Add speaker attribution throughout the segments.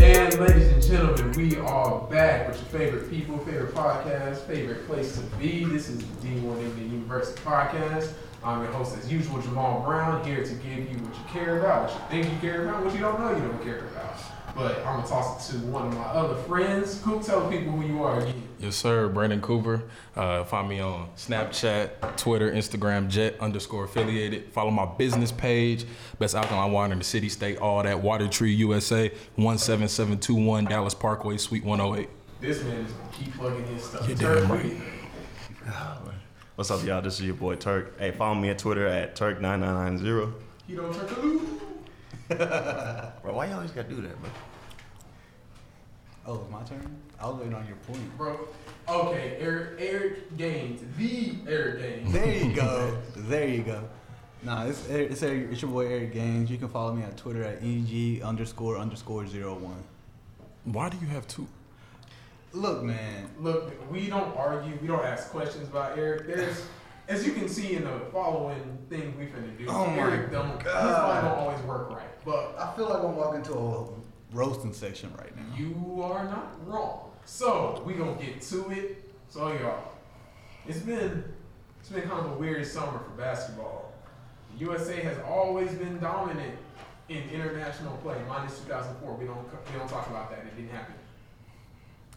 Speaker 1: And ladies and gentlemen, we are back with your favorite people, favorite podcast, favorite place to be. This is the D1 Indian University podcast. I'm your host, as usual, Jamal Brown, here to give you what you care about, what you think you care about, what you don't know you don't care about. But I'm gonna toss it to one of my other friends. Coop, tell people who you are again.
Speaker 2: Yes, sir. Brandon Cooper. Uh, find me on Snapchat, Twitter, Instagram, Jet underscore affiliated. Follow my business page, Best Alkaline Water in the City, State, all that. Water Tree USA, 17721 Dallas Parkway, Suite 108.
Speaker 1: This man is gonna keep plugging his stuff.
Speaker 2: You're damn right.
Speaker 3: What's up, y'all? This is your boy Turk. Hey, follow me on Twitter at Turk9990.
Speaker 1: You don't turn to lose.
Speaker 4: Bro, why you always gotta do that, bro?
Speaker 5: Oh, it's my turn? I was waiting on your point.
Speaker 1: Bro, okay, Eric, Eric Gaines, the Eric Gaines.
Speaker 5: There you go. there you go. Nah, it's Eric- it's, Eric, it's your boy Eric Gaines. You can follow me on Twitter at eg underscore underscore zero one.
Speaker 2: Why do you have two?
Speaker 5: Look, man.
Speaker 1: Look, we don't argue. We don't ask questions about Eric. There's, as you can see in the following thing we finna do.
Speaker 5: Oh my
Speaker 1: Eric don't, His mind don't always work right, but
Speaker 5: I feel like I'm walking to a roasting section right now.
Speaker 1: you are not wrong. So we gonna get to it. So y'all, it's been it's been kind of a weird summer for basketball. The USA has always been dominant in international play, minus 2004. We don't we don't talk about that. It didn't happen.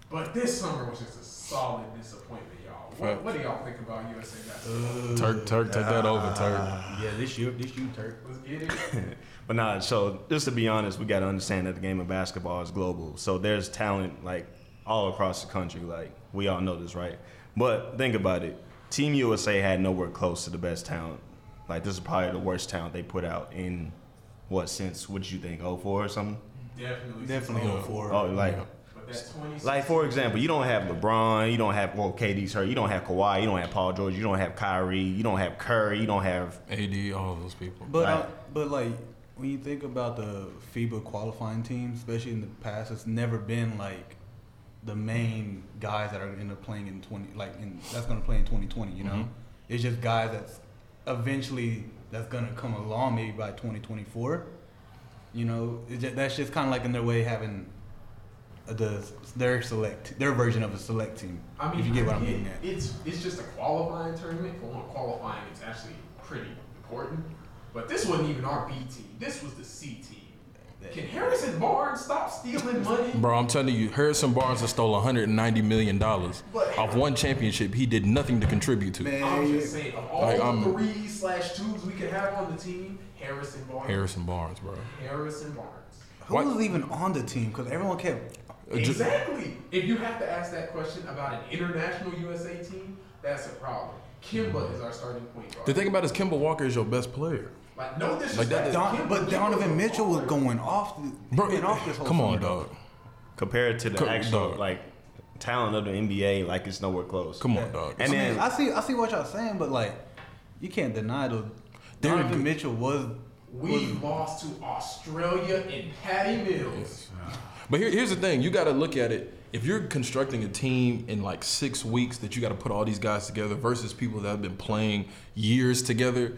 Speaker 1: But this summer was just a solid disappointment, y'all. What, what do y'all think about USA basketball?
Speaker 2: Turk, Turk, take that over, Turk.
Speaker 5: Yeah, this you, this you, Turk.
Speaker 1: Let's get it.
Speaker 3: But nah, so just to be honest, we gotta understand that the game of basketball is global. So there's talent like all across the country. Like we all know this, right? But think about it. Team USA had nowhere close to the best talent. Like this is probably the worst talent they put out in what since what you think, 04 or something?
Speaker 1: Definitely.
Speaker 5: Definitely
Speaker 1: slow.
Speaker 5: go for it.
Speaker 3: Oh like
Speaker 1: But that's 20.
Speaker 3: Like for example, you don't have LeBron, you don't have well KD's hurt, you don't have Kawhi, you don't have Paul George, you don't have Kyrie, you don't have Curry, you don't have
Speaker 2: AD, all those people.
Speaker 5: But
Speaker 3: Right.
Speaker 5: I, but like when you think about the FIBA qualifying team, especially in the past, it's never been like the main guys that are end up playing in twenty like in that's gonna play in twenty twenty. You know, it's just guys that's eventually that's gonna come along maybe by twenty twenty four. You know, it's just, that's just kind of like in their way having a- the their select their version of a select team.
Speaker 1: I mean,
Speaker 5: if you get what I'm
Speaker 1: it-
Speaker 5: getting at.
Speaker 1: It's it's just a qualifying tournament. For one, qualifying is actually pretty important. But this wasn't even our B team. This was the C team. Can Harrison Barnes stop stealing money?
Speaker 2: Bro, I'm telling you, Harrison Barnes has stole 190 million dollars off one championship he did nothing to contribute to.
Speaker 1: I'm just saying, of all
Speaker 2: Like,
Speaker 1: the
Speaker 2: I'm-
Speaker 1: three slash twos we could have on the team, Harrison Barnes.
Speaker 2: Harrison Barnes, bro. Uh,
Speaker 1: Harrison Barnes.
Speaker 5: who
Speaker 2: Why-
Speaker 5: was even on the team? Because everyone kept
Speaker 2: Uh, Ju-
Speaker 1: Exactly. If you have to ask that question about an international USA team, that's a problem. Kimba is our starting point guard.
Speaker 2: The thing about it is, Kimball Walker is your best player.
Speaker 1: like no disrespect,
Speaker 2: Like, that-
Speaker 1: Kimba-
Speaker 5: Don, but
Speaker 1: Kimba
Speaker 5: Donovan
Speaker 1: a
Speaker 5: Mitchell was
Speaker 1: baller.
Speaker 5: going off. The,
Speaker 2: Bro,
Speaker 5: he went off this whole
Speaker 2: come on,
Speaker 5: summer.
Speaker 2: dog.
Speaker 3: compared to the
Speaker 2: Co-
Speaker 3: actual
Speaker 2: dog.
Speaker 3: like talent of the NBA, like it's nowhere close.
Speaker 2: Come on, dog.
Speaker 3: And
Speaker 5: I mean,
Speaker 3: then
Speaker 5: I see, I see what y'all saying, but like, you can't deny the
Speaker 2: They're
Speaker 5: Donovan
Speaker 2: good.
Speaker 5: Mitchell was.
Speaker 1: We lost to Australia and Patty Mills.
Speaker 2: But here, here's the thing: you got to look at it. If you're constructing a team in like six weeks that you got to put all these guys together versus people that have been playing years together,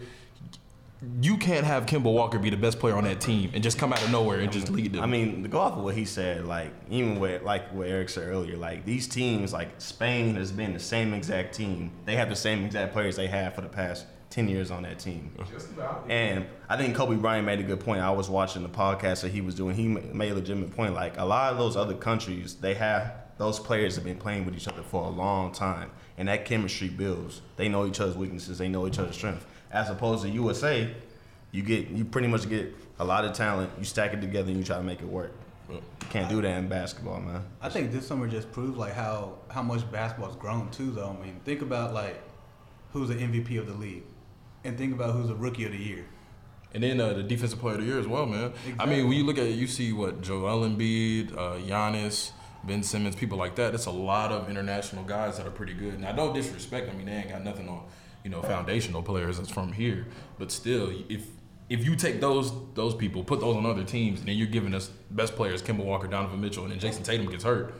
Speaker 2: you can't have Kimball Walker be the best player on that team and just come out of nowhere and just lead them.
Speaker 3: I mean, to go off of what he said, like even with like what Eric said earlier, like these teams, like Spain has been the same exact team. They have the same exact players they had for the past ten years on that team.
Speaker 2: Uh-huh.
Speaker 1: Just about.
Speaker 3: And I think Kobe Bryant made a good point. I was watching the podcast that he was doing. He ma- made a legitimate point. Like a lot of those other countries, they have those players have been playing with each other for a long time, and that chemistry builds. They know each other's weaknesses. They know each other's strengths. As opposed to USA, you get you pretty much get a lot of talent. You stack it together and you try to make it work. You can't do that in basketball, man.
Speaker 5: I think this summer just proved like how how much basketball's grown too. Though I mean, think about like who's the MVP of the league, and think about who's the rookie of the year.
Speaker 2: and then uh, the defensive player of the year as well, man. I mean, when you look at it, you see what Joel Embiid, uh, Giannis, Ben Simmons, people like that. It's a lot of international guys that are pretty good. Now, don't disrespect. I mean, they ain't got nothing on, you know, foundational players that's from here. But still, if if you take those those people, put those on other teams, and then you're giving us best players, Kimball Walker, Donovan Mitchell, and then Jason Tatum gets hurt.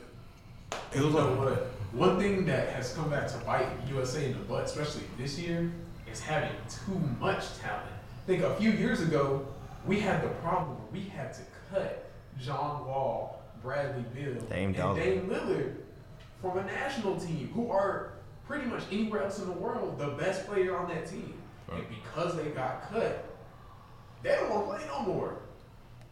Speaker 5: It was
Speaker 1: you know
Speaker 5: like-
Speaker 1: what? One thing that has come back to bite USA in the butt, especially this year, is having too much talent. I think a few years ago, we had the problem where we had to cut John Wall, Bradley Bill,
Speaker 3: Dame
Speaker 1: and
Speaker 3: Dolan.
Speaker 1: Dame Lillard from a national team, who are pretty much anywhere else in the world the best player on that team.
Speaker 2: Right.
Speaker 1: And because they got cut, they don't want to play no more.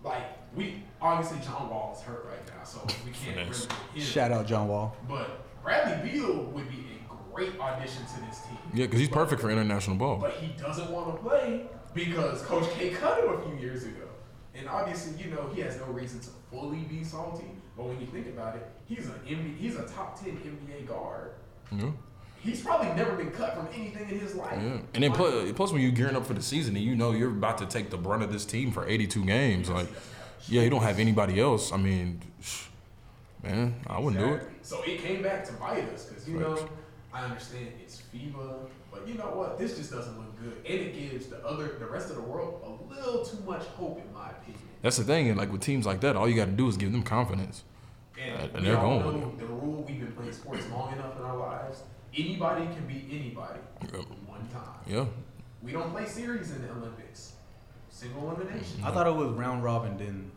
Speaker 1: Like we obviously John Wall is hurt right now, so we can't really
Speaker 2: Finesse.
Speaker 1: get him.
Speaker 5: Shout out John Wall.
Speaker 1: But Bradley Beal would be a great audition to this team.
Speaker 2: Yeah, because he's perfect for international ball.
Speaker 1: But he doesn't want to play because Coach K cut him a few years ago. And obviously, you know, he has no reason to fully be salty. But when you think about it, he's an NBA, he's a top ten NBA guard.
Speaker 2: Yeah.
Speaker 1: He's probably never been cut from anything in his life.
Speaker 2: Yeah, and then plus, plus when you're gearing up for the season and you know you're about to take the brunt of this team for 82 games, like, yeah, you don't have anybody else. I mean, sh- man, I wouldn't do it.
Speaker 1: Exactly. So it came back to bite us because you know
Speaker 2: Facts.
Speaker 1: I understand it's FIBA, but you know what? This just doesn't look good, and it gives the other the rest of the world a little too much hope, in my opinion.
Speaker 2: That's the thing, and like with teams like that, all you got to do is give them confidence.
Speaker 1: And,
Speaker 2: Uh, And
Speaker 1: we
Speaker 2: they're
Speaker 1: all
Speaker 2: going with
Speaker 1: know the rule. We've been playing sports long enough in our lives. Anybody can be anybody
Speaker 2: Yep.
Speaker 1: one time.
Speaker 2: Yeah,
Speaker 1: We don't play series in the Olympics. Single elimination.
Speaker 5: I thought it was round robin. Then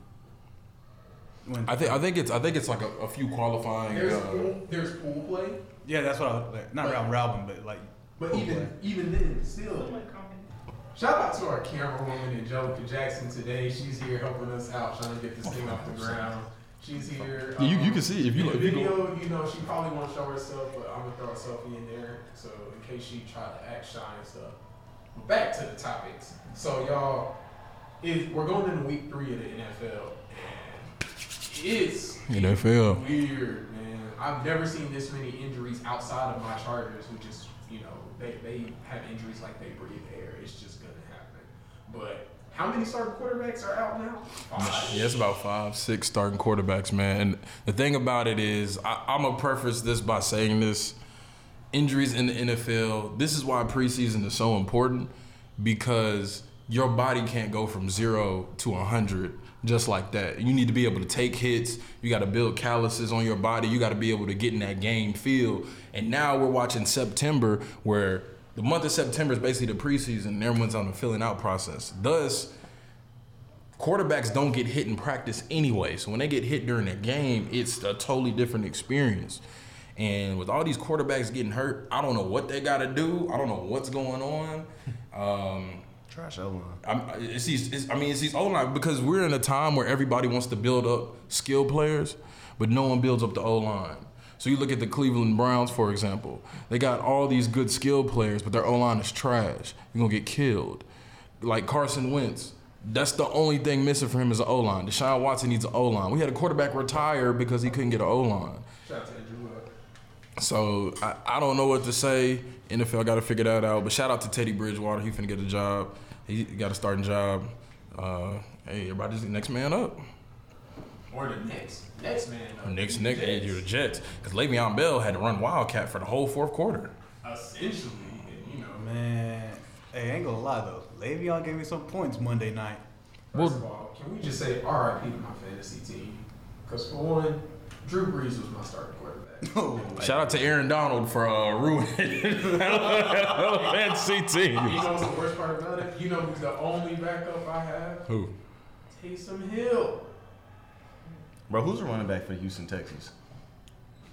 Speaker 5: when
Speaker 2: I think I think it's I think it's like a, a few qualifying.
Speaker 1: There's
Speaker 2: Uh,
Speaker 1: pool, there's pool play,
Speaker 5: yeah, that's what I was like. Not
Speaker 1: But-
Speaker 5: round robin, but like
Speaker 1: but
Speaker 5: pool
Speaker 1: even
Speaker 5: play.
Speaker 1: even then, still, Shout out to our camera woman, Angelica Jackson, today. She's here helping us out, trying to get this thing off the ground. She's here.
Speaker 2: Yeah, you- you can see if you
Speaker 1: in
Speaker 2: look-
Speaker 1: the
Speaker 2: if you
Speaker 1: video, you know, she probably won't show herself, but I'm gonna throw a selfie in there so in case she tried to act shy and stuff. But back to the topics. So y'all, if we're going into week three of the NFL, and it's
Speaker 2: NFL.
Speaker 1: weird, man. I've never seen this many injuries outside of my Chargers, who just, you know, they, they have injuries like they breathe air. It's just gonna happen. But how many starting quarterbacks are out now? Five.
Speaker 2: Yeah, it's about five, six starting quarterbacks, man. And the thing about it is, I, I'm gonna preface this by saying this: injuries in the NFL. This is why preseason is so important because your body can't go from zero to a hundred just like that. You need to be able to take hits. You got to build calluses on your body. You got to be able to get in that game feel. And now we're watching September where. The month of September is basically the preseason, and everyone's on the filling out process. Thus, quarterbacks don't get hit in practice anyway. So when they get hit during a game, it's a totally different experience. And with all these quarterbacks getting hurt, I don't know what they got to do. I don't know what's going on. Um,
Speaker 3: Trash O line.
Speaker 2: I'm, it's these, it's, I mean, it's these O line because we're in a time where everybody wants to build up skill players, but no one builds up the O line. So you look at the Cleveland Browns, for example. They got all these good skill players, but their O line is trash. You're gonna get killed. Like Carson Wentz, that's the only thing missing for him is an O line. Deshaun Watson needs an O line. We had a quarterback retire because he couldn't get an O line.
Speaker 1: Shout out to Andrew uh, Luck.
Speaker 2: So I, I don't know what to say. NFL got to figure that out. But shout out to Teddy Bridgewater. He finna get a job. He got a starting job. Uh, hey, everybody's the next man up.
Speaker 1: Or the next. Next man. uh, up.
Speaker 2: Next, next, hey, you're the Jets. Because Le'Veon Bell had to run Wildcat for the whole fourth quarter.
Speaker 1: Essentially, and, you know,
Speaker 5: man, hey, I ain't gonna lie though. Le'Veon gave me some points Monday night.
Speaker 2: Well-
Speaker 1: First of all, can we just say RIP to my fantasy team? Because for one, Drew Brees was my starting quarterback.
Speaker 5: Oh,
Speaker 2: Shout out to Aaron Donald for uh, ruining fantasy
Speaker 1: You
Speaker 2: team.
Speaker 1: know what's the worst part about it? You know who's the only backup I have?
Speaker 2: Who?
Speaker 1: Taysom Hill.
Speaker 6: Bro, who's the running back for Houston, Texas?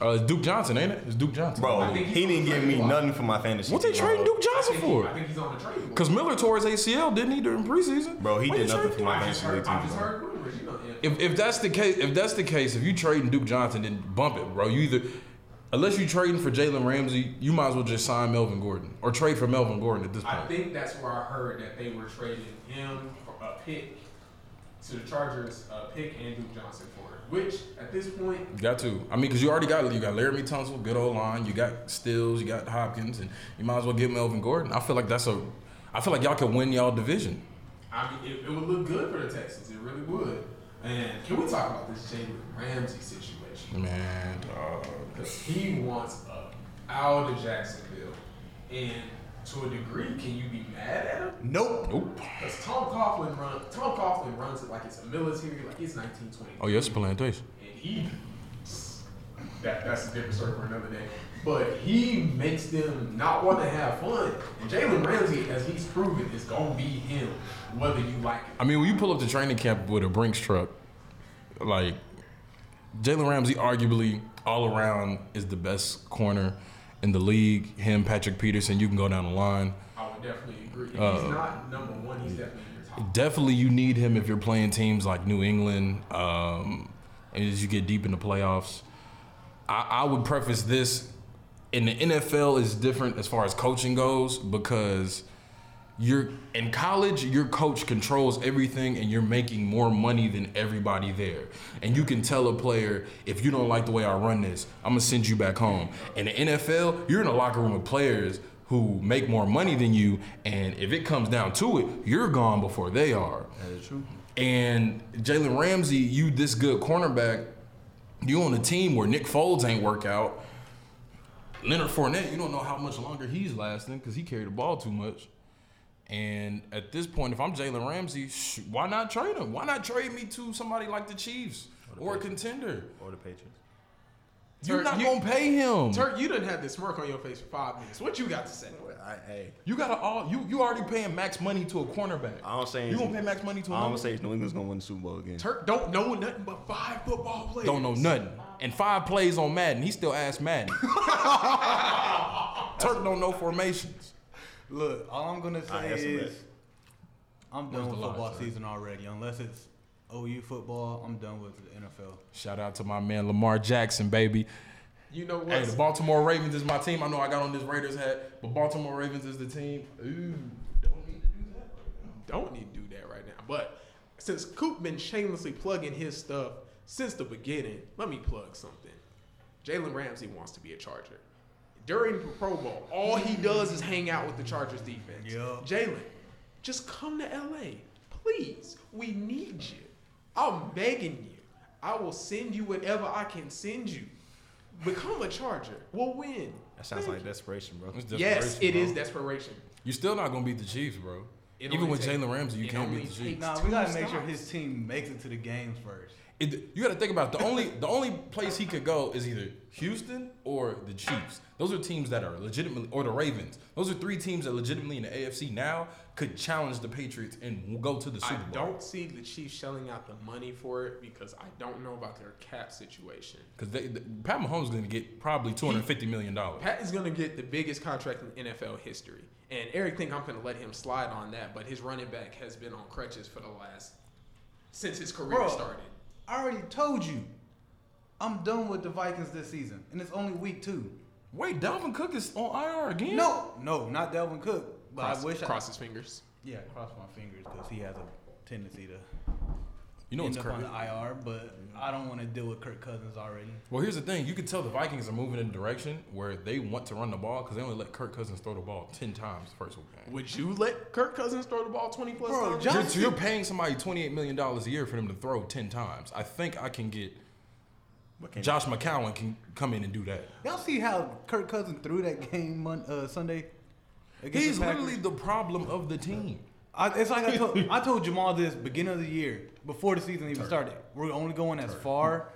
Speaker 2: Uh, it's Duke Johnson, ain't it? It's Duke Johnson.
Speaker 3: Bro,
Speaker 1: I think he's
Speaker 3: he didn't
Speaker 1: on the
Speaker 3: give
Speaker 1: trade
Speaker 3: me
Speaker 1: block.
Speaker 3: nothing for my fantasy.
Speaker 2: what they
Speaker 3: team.
Speaker 2: trading Duke
Speaker 1: I
Speaker 2: Johnson
Speaker 1: think, he, I
Speaker 2: for?
Speaker 1: think he's on the trade block.
Speaker 2: Because Miller tore his ACL, didn't he, during preseason?
Speaker 3: Bro, he
Speaker 2: Why
Speaker 3: did
Speaker 2: you
Speaker 3: nothing
Speaker 2: trading
Speaker 3: for
Speaker 2: Duke
Speaker 3: my
Speaker 1: I
Speaker 3: fantasy
Speaker 1: just heard, I
Speaker 3: team.
Speaker 1: just
Speaker 3: bro.
Speaker 1: heard rumors. You know, if,
Speaker 2: If, if that's the case, if that's the case, if you trading Duke Johnson, then bump it, bro. You either, unless you trading for Jalen Ramsey, you might as well just sign Melvin Gordon or trade for Melvin Gordon at this
Speaker 1: I
Speaker 2: point.
Speaker 1: think that's where I heard that they were trading him for a pick to the Chargers, a pick and Duke Johnson for it. Which at this point,
Speaker 2: You got to. I mean, because you already got you got Laramie Tunsil, good old line. You got Stills, you got Hopkins, and you might as well get Melvin Gordon. I feel like that's a, I feel like y'all can win y'all division.
Speaker 1: I mean, it, it would look good for the Texans. It really would. And can we talk about this Jalen Ramsey situation?
Speaker 2: Man, dog.
Speaker 1: Because he wants up out of Jacksonville. And to a degree, can you be mad at him?
Speaker 3: Nope.
Speaker 2: nope.
Speaker 1: Because Tom Coughlin run Tom Coughlin runs it like it's a military, like it's 1920.
Speaker 2: Oh yes, plantation.
Speaker 1: And he that that's a different story for another day. But he makes them not want to have fun. And Jalen Ramsey, as he's proven, is gonna be him, whether you like it.
Speaker 2: I mean, when you pull up to training camp with a Brinks truck, like Jalen Ramsey, arguably all around, is the best corner in the league. Him, Patrick Peterson, you can go down the line.
Speaker 1: I would definitely agree. If
Speaker 2: Uh,
Speaker 1: he's not number one, he's definitely in your top.
Speaker 2: Definitely, you need him if you're playing teams like New England, um, and as you get deep in the playoffs. I, I would preface this in the NFL is different as far as coaching goes because you're in college your coach controls everything and you're making more money than everybody there and you can tell a player if you don't like the way i run this i'm gonna send you back home in the nfl you're in a locker room with players who make more money than you and if it comes down to it you're gone before they are that is true and jalen ramsey you this good cornerback you on a team where nick foles ain't work out Leonard Fournette, you don't know how much longer he's lasting because he carried the ball too much. And at this point, if I'm Jalen Ramsey, sh- why not trade him? Why not trade me to somebody like the Chiefs or, a contender?
Speaker 3: Or the Patriots.
Speaker 2: You're
Speaker 1: Turk,
Speaker 2: not
Speaker 1: you-
Speaker 2: gonna pay him.
Speaker 1: Turk, you didn't have this smirk on your face for five minutes. What you got to say?
Speaker 3: I, hey,
Speaker 2: You gotta all you you already paying max money to a cornerback.
Speaker 3: I don't say
Speaker 2: you gonna pay max money to a
Speaker 3: I
Speaker 2: number-
Speaker 3: don't say New England's gonna win the Super Bowl again.
Speaker 1: Turk don't know nothing but five football players.
Speaker 2: don't know nothing. And five plays on Madden, he still asked Madden. Turk don't know formations.
Speaker 5: Look, all I'm gonna say
Speaker 3: that's
Speaker 5: is
Speaker 3: lit.
Speaker 5: I'm done
Speaker 2: the
Speaker 5: with
Speaker 2: line,
Speaker 5: football
Speaker 2: sir?
Speaker 5: season already. Unless it's OU football, I'm done with the NFL.
Speaker 2: Shout out to my man Lamar Jackson, baby.
Speaker 1: You know
Speaker 2: Hey,
Speaker 1: what?
Speaker 2: the Baltimore Ravens is my team. I know I got on this Raiders hat, but Baltimore Ravens is the team. Ooh,
Speaker 1: don't need to do that. right now. Don't need to do that right now. But since Coop been shamelessly plugging his stuff since the beginning, let me plug something. Jalen Ramsey wants to be a Charger. During the Pro Bowl, all he does is hang out with the Chargers defense.
Speaker 5: Yeah.
Speaker 1: Jalen, just come to LA. Please. We need you. I'm begging you. I will send you whatever I can send you. Become a Charger. We'll win.
Speaker 3: That sounds
Speaker 1: Thank
Speaker 3: like desperation, bro.
Speaker 2: it's
Speaker 1: you. Yes,
Speaker 2: desperation,
Speaker 1: it
Speaker 2: bro.
Speaker 1: is desperation.
Speaker 2: You're still not gonna beat the Chiefs, bro.
Speaker 1: It
Speaker 2: Even
Speaker 1: only
Speaker 2: with
Speaker 1: takes-
Speaker 2: Jalen Ramsey, you
Speaker 1: it
Speaker 2: can't
Speaker 1: only
Speaker 2: beat the Chiefs.
Speaker 1: takes-
Speaker 5: Nah, we gotta
Speaker 1: two
Speaker 5: make sure
Speaker 1: stops.
Speaker 5: his team makes it to the games first.
Speaker 2: It- you got to think about it. the only the only place he could go is either Houston or the Chiefs. Those are teams that are legitimately or the Ravens. Those are three teams that legitimately in the AFC now could challenge the Patriots and go to the
Speaker 1: I
Speaker 2: Super Bowl
Speaker 1: don't see the Chiefs shelling out the money for it because I don't know about their cap situation.
Speaker 2: because Pat Mahomes is going to get probably two hundred fifty million dollars.
Speaker 1: Pat is going to get the biggest contract in NFL history, and Eric think I'm going to let him slide on that. But his running back has been on crutches for the last since his career
Speaker 5: Bro.
Speaker 1: started.
Speaker 5: I already told you, I'm done with the Vikings this season, and it's only week two.
Speaker 2: Wait, Dalvin Cook is on IR again?
Speaker 5: No, no, not Delvin Cook. But
Speaker 1: Cross,
Speaker 5: I wish
Speaker 1: cross
Speaker 5: I
Speaker 1: his fingers.
Speaker 5: yeah, cross my fingers because he has a tendency to
Speaker 2: you know it's
Speaker 5: end up
Speaker 2: crazy.
Speaker 5: on the IR. But I don't want to deal with Kirk Cousins already.
Speaker 2: Well, here's the thing. You can tell the Vikings are moving in a direction where they want to run the ball because they only let Kirk Cousins throw the ball 10 times the first game.
Speaker 1: Would you let Kirk Cousins throw the ball 20 plus
Speaker 5: Bro,
Speaker 1: times?
Speaker 5: John-
Speaker 2: You're, you're paying somebody $28 million a year for them to throw 10 times. I think I can get Josh McCown can come in and do that.
Speaker 5: Y'all see how Kirk Cousins threw that game mon- uh, Sunday? Against
Speaker 2: He's
Speaker 5: the Packers?
Speaker 2: literally the problem of the team.
Speaker 5: I, it's like I told, I told Jamal this beginning of the year, before the season even started. We're only going as far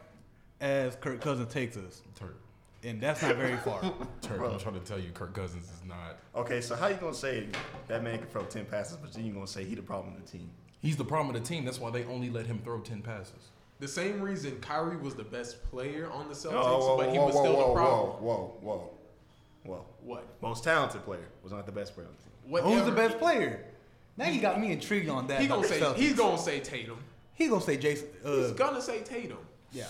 Speaker 5: as Kirk Cousins takes us,
Speaker 2: Turk.
Speaker 5: and that's not very far.
Speaker 2: Turk, I'm trying to tell you, Kirk Cousins is not.
Speaker 3: Okay, so how you gonna say that man can throw ten passes, but then you gonna say he the problem of the team?
Speaker 2: He's the problem of the team. That's why they only let him throw 10 passes.
Speaker 1: the same reason Kyrie was the best player on the Celtics,
Speaker 3: Oh, whoa,
Speaker 1: but he
Speaker 3: whoa,
Speaker 1: was
Speaker 3: whoa,
Speaker 1: still
Speaker 3: whoa,
Speaker 1: the problem.
Speaker 3: Whoa, whoa, whoa, whoa.
Speaker 1: What?
Speaker 3: Most talented player was not the best player on the team.
Speaker 1: Whatever.
Speaker 5: Who's the best player? Now you got me intrigued on that.
Speaker 1: He gonna
Speaker 5: about
Speaker 1: say
Speaker 5: the Celtics.
Speaker 1: he's gonna say Tatum.
Speaker 5: he gonna say Jason.
Speaker 1: He's
Speaker 5: Uh,
Speaker 1: gonna say Tatum.
Speaker 5: yeah,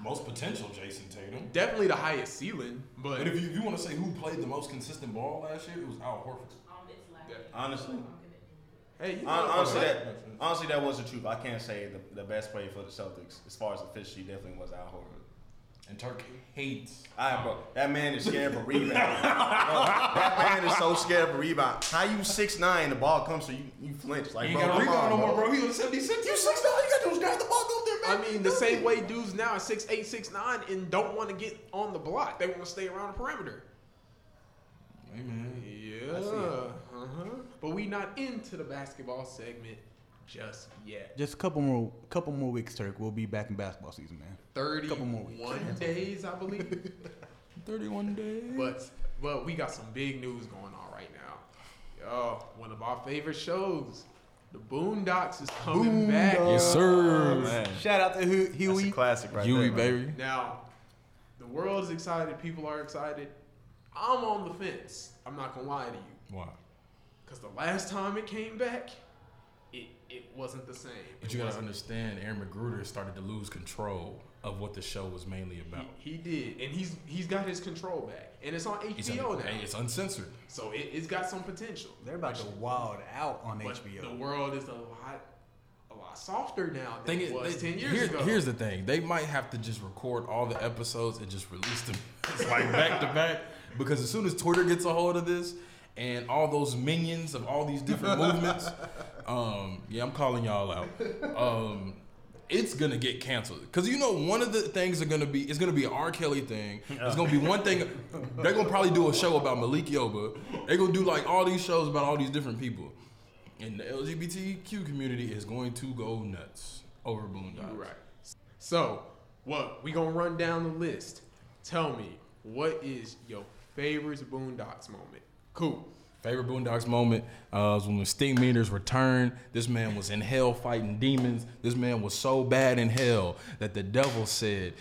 Speaker 2: Most potential, Jason Tatum.
Speaker 1: Definitely the highest ceiling, but
Speaker 2: But if you, if you want to say who played the most consistent ball last year, it was Al Horford.
Speaker 3: Honestly,
Speaker 1: hey, you know,
Speaker 3: hon- honestly,
Speaker 1: okay.
Speaker 3: that honestly that was the truth. I can't say the, the best player for the Celtics as far as efficiency definitely was Al Horford.
Speaker 2: And Turk hates.
Speaker 3: I bro, that man is scared of a rebound. Bro, that man is so scared of a rebound. How you six nine? The ball comes to you, you flinch like
Speaker 2: He
Speaker 3: bro,
Speaker 2: ain't got a
Speaker 3: come
Speaker 2: rebound no
Speaker 3: on,
Speaker 2: more,
Speaker 3: bro.
Speaker 2: bro. He was 76. You 6 now. You got those guys. The ball goes there,
Speaker 1: I mean, the same way dudes now are six eight, six nine, and don't want to get on the block. They want to stay around the perimeter.
Speaker 2: Hey, man.
Speaker 1: Yeah. Uh-huh. But we not into the basketball segment just yet.
Speaker 5: Just a couple more, couple more weeks, Turk. We'll be back in basketball season, man. Couple more weeks.
Speaker 1: Thirty-one days, I believe.
Speaker 2: 31 days.
Speaker 1: But but we got some big news going on right now. Yo, one of our favorite shows, The Boondocks, is coming back.
Speaker 2: Yes,
Speaker 1: yo.
Speaker 2: sir.
Speaker 5: Oh, Shout out to Hu-
Speaker 3: That's a
Speaker 5: Huey.
Speaker 3: classic right
Speaker 2: Huey,
Speaker 3: there. man.
Speaker 2: baby.
Speaker 1: Now, the world is excited. People are excited. I'm on the fence. I'm not gonna lie to you,
Speaker 2: Wow.
Speaker 1: because the last time it came back, it it wasn't the same.
Speaker 2: But
Speaker 1: It
Speaker 2: you gotta
Speaker 1: wasn't-
Speaker 2: understand, Aaron Magruder started to lose control of what the show was mainly about.
Speaker 1: He, he did, and he's he's got his control back, and it's on
Speaker 2: It's,
Speaker 1: HBO
Speaker 2: un-
Speaker 1: now,
Speaker 2: it's uncensored.
Speaker 1: so it, it's got some potential.
Speaker 5: They're about to wild out on
Speaker 1: But the
Speaker 5: HBO.
Speaker 1: world is a lot a lot softer now than
Speaker 2: Thing
Speaker 1: it
Speaker 2: is,
Speaker 1: was
Speaker 2: they-
Speaker 1: ten years
Speaker 2: here's,
Speaker 1: ago.
Speaker 2: here's the thing: they might have to just record all the episodes and just release them like back to back. Because as soon as Twitter gets a hold of this and all those minions of all these different movements, um, yeah, I'm calling y'all out. Um, it's gonna get canceled because you know one of the things are gonna be it's gonna be an R. Kelly thing. It's gonna be one thing. They're gonna probably do a show about Malik Yoba. They're gonna do like all these shows about all these different people, and the LGBTQ community is going to go nuts over Boondocks.
Speaker 1: You're right. So, what we gonna run down the list? Tell me what is your favorite Boondocks moment? Cool.
Speaker 2: Favorite Boondocks moment uh, was when the Sting Meters returned. This man was in hell fighting demons. This man was so bad in hell that the devil said,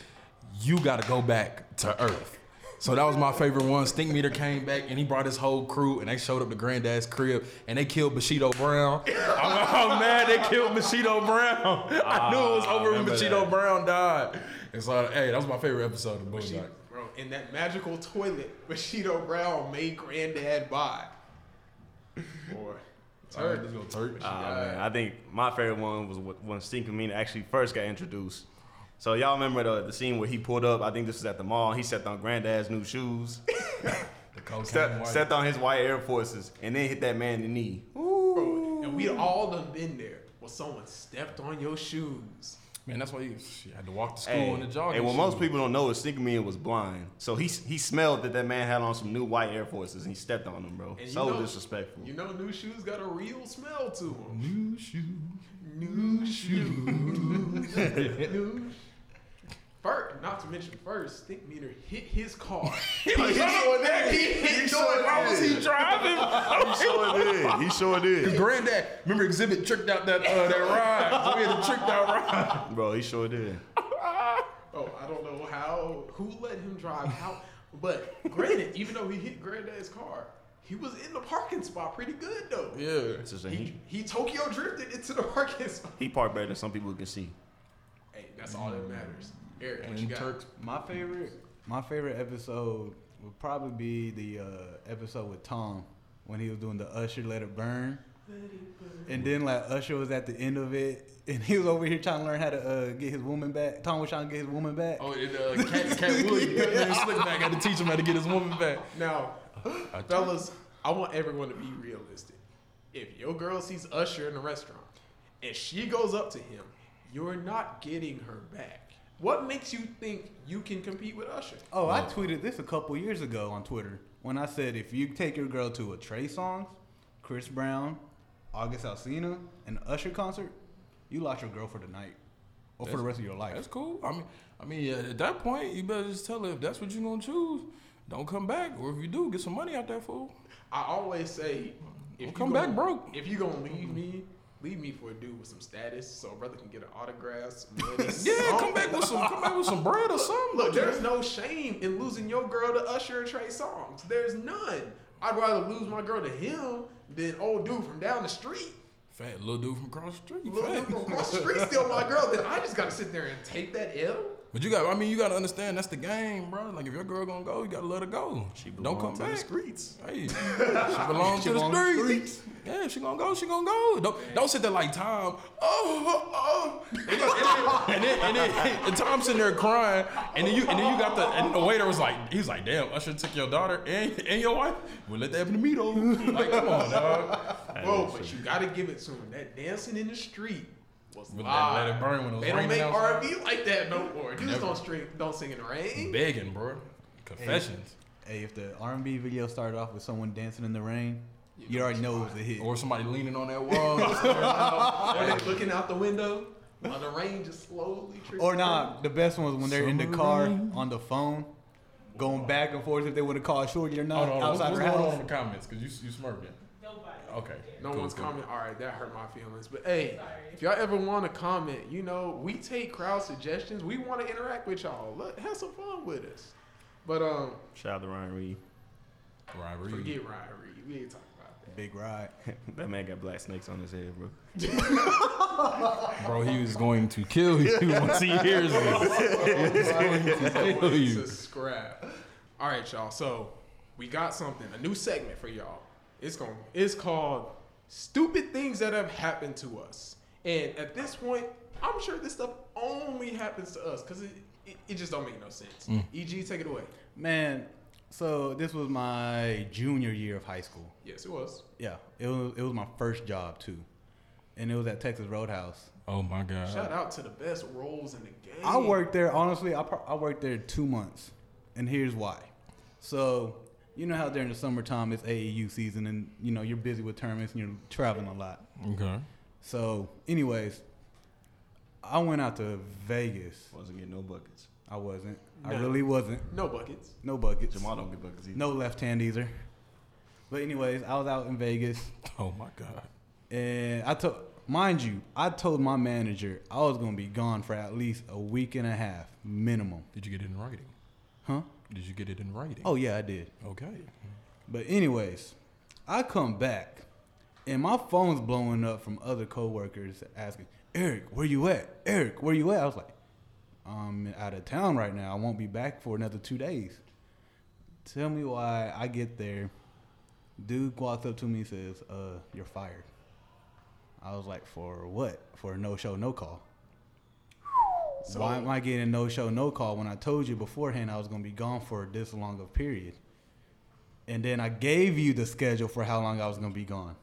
Speaker 2: You got to go back to earth. So that was my favorite one. Stink Meter came back and he brought his whole crew and they showed up to Granddad's crib and they killed Bushido Brown. I'm like, oh man, they killed Bushido Brown. I knew it was over when
Speaker 3: Ah, remember
Speaker 2: Bushido
Speaker 3: that.
Speaker 2: Brown died. And so, hey, that was my favorite episode of
Speaker 1: She-
Speaker 2: Boondocks.
Speaker 1: bro, in that magical toilet, Bushido Brown made Granddad buy. Boy,
Speaker 2: Alright,
Speaker 1: turn.
Speaker 2: let's go Turk.
Speaker 3: Ah, man, I think my favorite one was wh- when Stinkamina actually first got introduced. So y'all remember the, the scene where he pulled up? I think this was at the mall. He stepped on Granddad's new shoes,
Speaker 2: The cocaine
Speaker 3: stepped,
Speaker 2: white-
Speaker 3: stepped on his white Air Forces, and then hit that man in the knee.
Speaker 1: Bro, and we all done been there. Well, someone stepped on your shoes.
Speaker 2: Man, that's why you, you had to walk to school
Speaker 3: Hey,
Speaker 2: in the jogging.
Speaker 3: and what
Speaker 2: shoes.
Speaker 3: most people don't know is Stinkamina was blind, so he s- he smelled that that man had on some new white Air Forces, and he stepped on them, bro.
Speaker 1: And you
Speaker 3: so
Speaker 1: know-
Speaker 3: disrespectful.
Speaker 1: You know, new shoes got a real smell to them.
Speaker 2: new shoe.
Speaker 1: New shoes. new. First, not to mention first, Stink Meter hit his car. he hit your neck. He hit your
Speaker 2: Why was he driving?
Speaker 3: he sure did. He sure did,
Speaker 2: Granddad, remember Exhibit tricked out that uh, that ride. So we had a tricked out ride.
Speaker 3: bro. He sure did.
Speaker 1: Oh, I don't know how, who let him drive, how. But granted, even though he hit Granddad's car, he was in the parking spot pretty good though.
Speaker 2: Yeah.
Speaker 3: It's just a,
Speaker 1: He,
Speaker 3: he
Speaker 1: he Tokyo drifted into the parking spot.
Speaker 3: he parked better than some people can see.
Speaker 1: Hey, that's all that matters. Eric, what
Speaker 2: And
Speaker 1: you
Speaker 2: then
Speaker 1: got?
Speaker 2: Turks.
Speaker 5: My favorite, my favorite episode would probably be the uh, episode with Tom when he was doing the Usher Let It Burn. And then like Usher was at the end of it, and he was over here trying to learn how to uh, get his woman back. Tom was trying to get his woman back.
Speaker 2: Oh, and uh, Cat, Cat Williams. That man Slickback had to teach him how to get his woman back.
Speaker 1: Now, fellas, I want everyone to be realistic. If your girl sees Usher in a restaurant and she goes up to him, you're not getting her back. What makes you think you can compete with Usher?
Speaker 5: Oh, I tweeted this a couple years ago on Twitter when I said if you take your girl to a Trey Songs, Chris Brown, August Alsina, and Usher concert, you lost your girl for the night or for the rest of your life.
Speaker 2: That's cool. I mean, I mean, uh, at that point, you better just tell her if that's what you're gonna choose, don't come back, or if you do, get some money out there, fool.
Speaker 1: I always say, if
Speaker 2: Well,
Speaker 1: you
Speaker 2: come
Speaker 1: gonna-
Speaker 2: back broke.
Speaker 1: If you gonna leave me, leave me for a dude with some status, so a brother can get an autograph. Some money,
Speaker 2: Yeah,
Speaker 1: something.
Speaker 2: come back with some, come back with some bread or something.
Speaker 1: Look, there's no shame in losing your girl to Usher and Trey Songs. There's none. I'd rather lose my girl to him than old dude from down the street.
Speaker 2: Fat little dude from across the street.
Speaker 1: Little
Speaker 2: fat.
Speaker 1: dude from across the street still my girl. Then I just gotta sit there and take that L.
Speaker 2: But you got, I mean, you got to understand that's the game, bro. Like if your girl gonna go, you gotta let her go. She don't come
Speaker 3: belong to
Speaker 2: back.
Speaker 3: the streets.
Speaker 2: Hey, she belongs
Speaker 5: She
Speaker 2: to
Speaker 5: belong
Speaker 2: the
Speaker 5: to the
Speaker 2: streets. Yeah, if she gonna go, she gonna go. Don't don't sit there like Tom. Oh, oh, oh. and then and then, and then and Tom's sitting there crying, and then you and then you got the and the waiter was like, he was like, damn, Usher took your daughter and, and your wife. We'll let that happen to me though. Like come on, dog.
Speaker 1: Bro, but you gotta give it to him. That dancing in the street was
Speaker 2: With that
Speaker 1: live.
Speaker 2: Let It Burn when it
Speaker 1: Ah.
Speaker 2: was
Speaker 1: they don't
Speaker 2: raining
Speaker 1: make
Speaker 2: outside.
Speaker 1: R&B like that no more. Dudes
Speaker 2: Never.
Speaker 1: don't string, don't sing in the rain.
Speaker 2: Begging, bro. Confessions.
Speaker 5: Hey, if the R&B video started off with someone dancing in the rain, You already know it was a hit.
Speaker 2: Or somebody leaning on that wall. or they looking out the window.
Speaker 1: While the rain just slowly trickles.
Speaker 5: Or nah, the best ones when they're in the car on the phone, going back and forth if they would have called Shorty or not
Speaker 2: Hold on, what's,
Speaker 5: outside
Speaker 2: what's
Speaker 5: her
Speaker 2: going on in
Speaker 5: house.
Speaker 2: the comments? Because you, you smirking.
Speaker 7: Nobody.
Speaker 2: Okay.
Speaker 1: No
Speaker 2: cool,
Speaker 1: one's
Speaker 2: cool.
Speaker 1: comment. All right, that hurt my feelings. But hey, if y'all ever want to comment, you know, we take crowd suggestions. We want to interact with y'all. Let, have some fun with us. But um,
Speaker 3: Shout out to Ryan Reed.
Speaker 2: Robbery.
Speaker 1: forget Ryan Reed. We ain't talking about that.
Speaker 5: Big ride.
Speaker 3: that man got black snakes on his head, bro.
Speaker 2: Bro, he was going to kill you once he hears this. kill
Speaker 1: Everyone
Speaker 2: you.
Speaker 1: Subscribe. All right, y'all. So we got something, a new segment for y'all. It's going it's called Stupid Things That Have Happened to Us. And at this point, I'm sure this stuff only happens to us because it, it, it just don't make no sense. EG, take it away.
Speaker 5: Man, so this was my junior year of high school.
Speaker 1: Yes, it was.
Speaker 5: Yeah, it was it was my first job too, and it was at Texas Roadhouse.
Speaker 2: Oh my god.
Speaker 1: Shout out to the best roles in the game.
Speaker 5: I worked there honestly. I pro- I worked there two months, and here's why. So you know how during the summertime it's AAU season, and you know you're busy with tournaments and you're traveling a lot.
Speaker 2: Okay.
Speaker 5: So, anyways, I went out to Vegas.
Speaker 3: Wasn't getting no buckets.
Speaker 5: I wasn't. I
Speaker 1: No.
Speaker 5: really wasn't.
Speaker 1: No buckets.
Speaker 5: No buckets.
Speaker 3: Jamal don't get buckets either.
Speaker 5: No left hand either. But anyways, I was out in Vegas.
Speaker 2: Oh my god.
Speaker 5: And I told, mind you, I told my manager I was gonna be gone for at least a week and a half minimum.
Speaker 2: Did you get it in writing?
Speaker 5: Huh?
Speaker 2: Did you get it in writing?
Speaker 5: Oh yeah, I did.
Speaker 2: Okay.
Speaker 5: But anyways, I come back, and my phone's blowing up from other coworkers asking, "Eric, where you at? Eric, where you at?" I was like, "I'm um, out of town right now. I won't be back for another two days." Tell me why I get there. Dude walks up to me and says, "Uh, you're fired." I was like, "For what? For a no show, no call."
Speaker 1: So-
Speaker 5: Why am I getting a no show, no call when I told you beforehand I was gonna be gone for this long of period? And then I gave you the schedule for how long I was gonna be gone.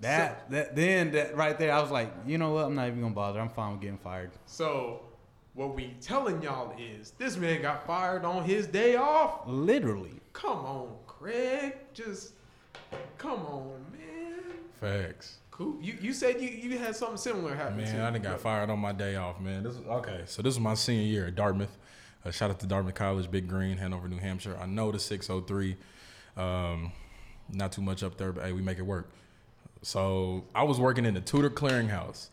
Speaker 5: That that then that right there, I was like, you know what? I'm not even gonna bother. I'm fine with getting fired.
Speaker 1: So what we telling y'all is this man got fired on his day off.
Speaker 5: Literally.
Speaker 1: Come on, Craig. Just come on, man.
Speaker 2: Facts.
Speaker 1: Cool. You you said you, you had something similar happen to
Speaker 2: Man,
Speaker 1: you.
Speaker 2: I done got fired on my day off, man. This is okay. So this is my senior year at Dartmouth. Uh, shout out to Dartmouth College, Big Green, Hanover, New Hampshire. I know the 603. Um, not too much up there, but hey, we make it work. So I was working in the tutor clearinghouse.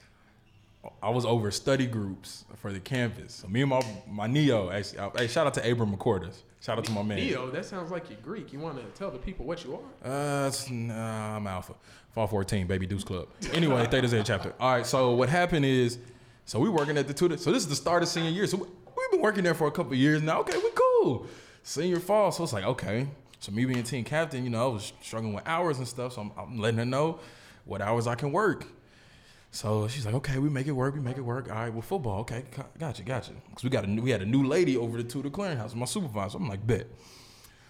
Speaker 2: I was over study groups for the campus. So me and my my neo, actually, uh, hey, shout out to Abram McCordis. Shout out to my man.
Speaker 1: Neo, that sounds like you're Greek. You want to tell the people what you are?
Speaker 2: Uh, it's, nah, I'm alpha. Fall 14, baby Deuce Club. Anyway, Theta Zeta chapter. All right, so what happened is, so we working at the tutor. So this is the start of senior year. So we, we've been working there for a couple of years now. Okay, we cool. Senior fall, so it's like okay. So me being team captain, you know, I was struggling with hours and stuff. So I'm, I'm letting her know what hours I can work. So she's like, okay, we make it work, we make it work. All right, well, football, okay, co- gotcha, gotcha. Because we got a new, we had a new lady over the tutor clearinghouse, my supervisor. I'm like, bet.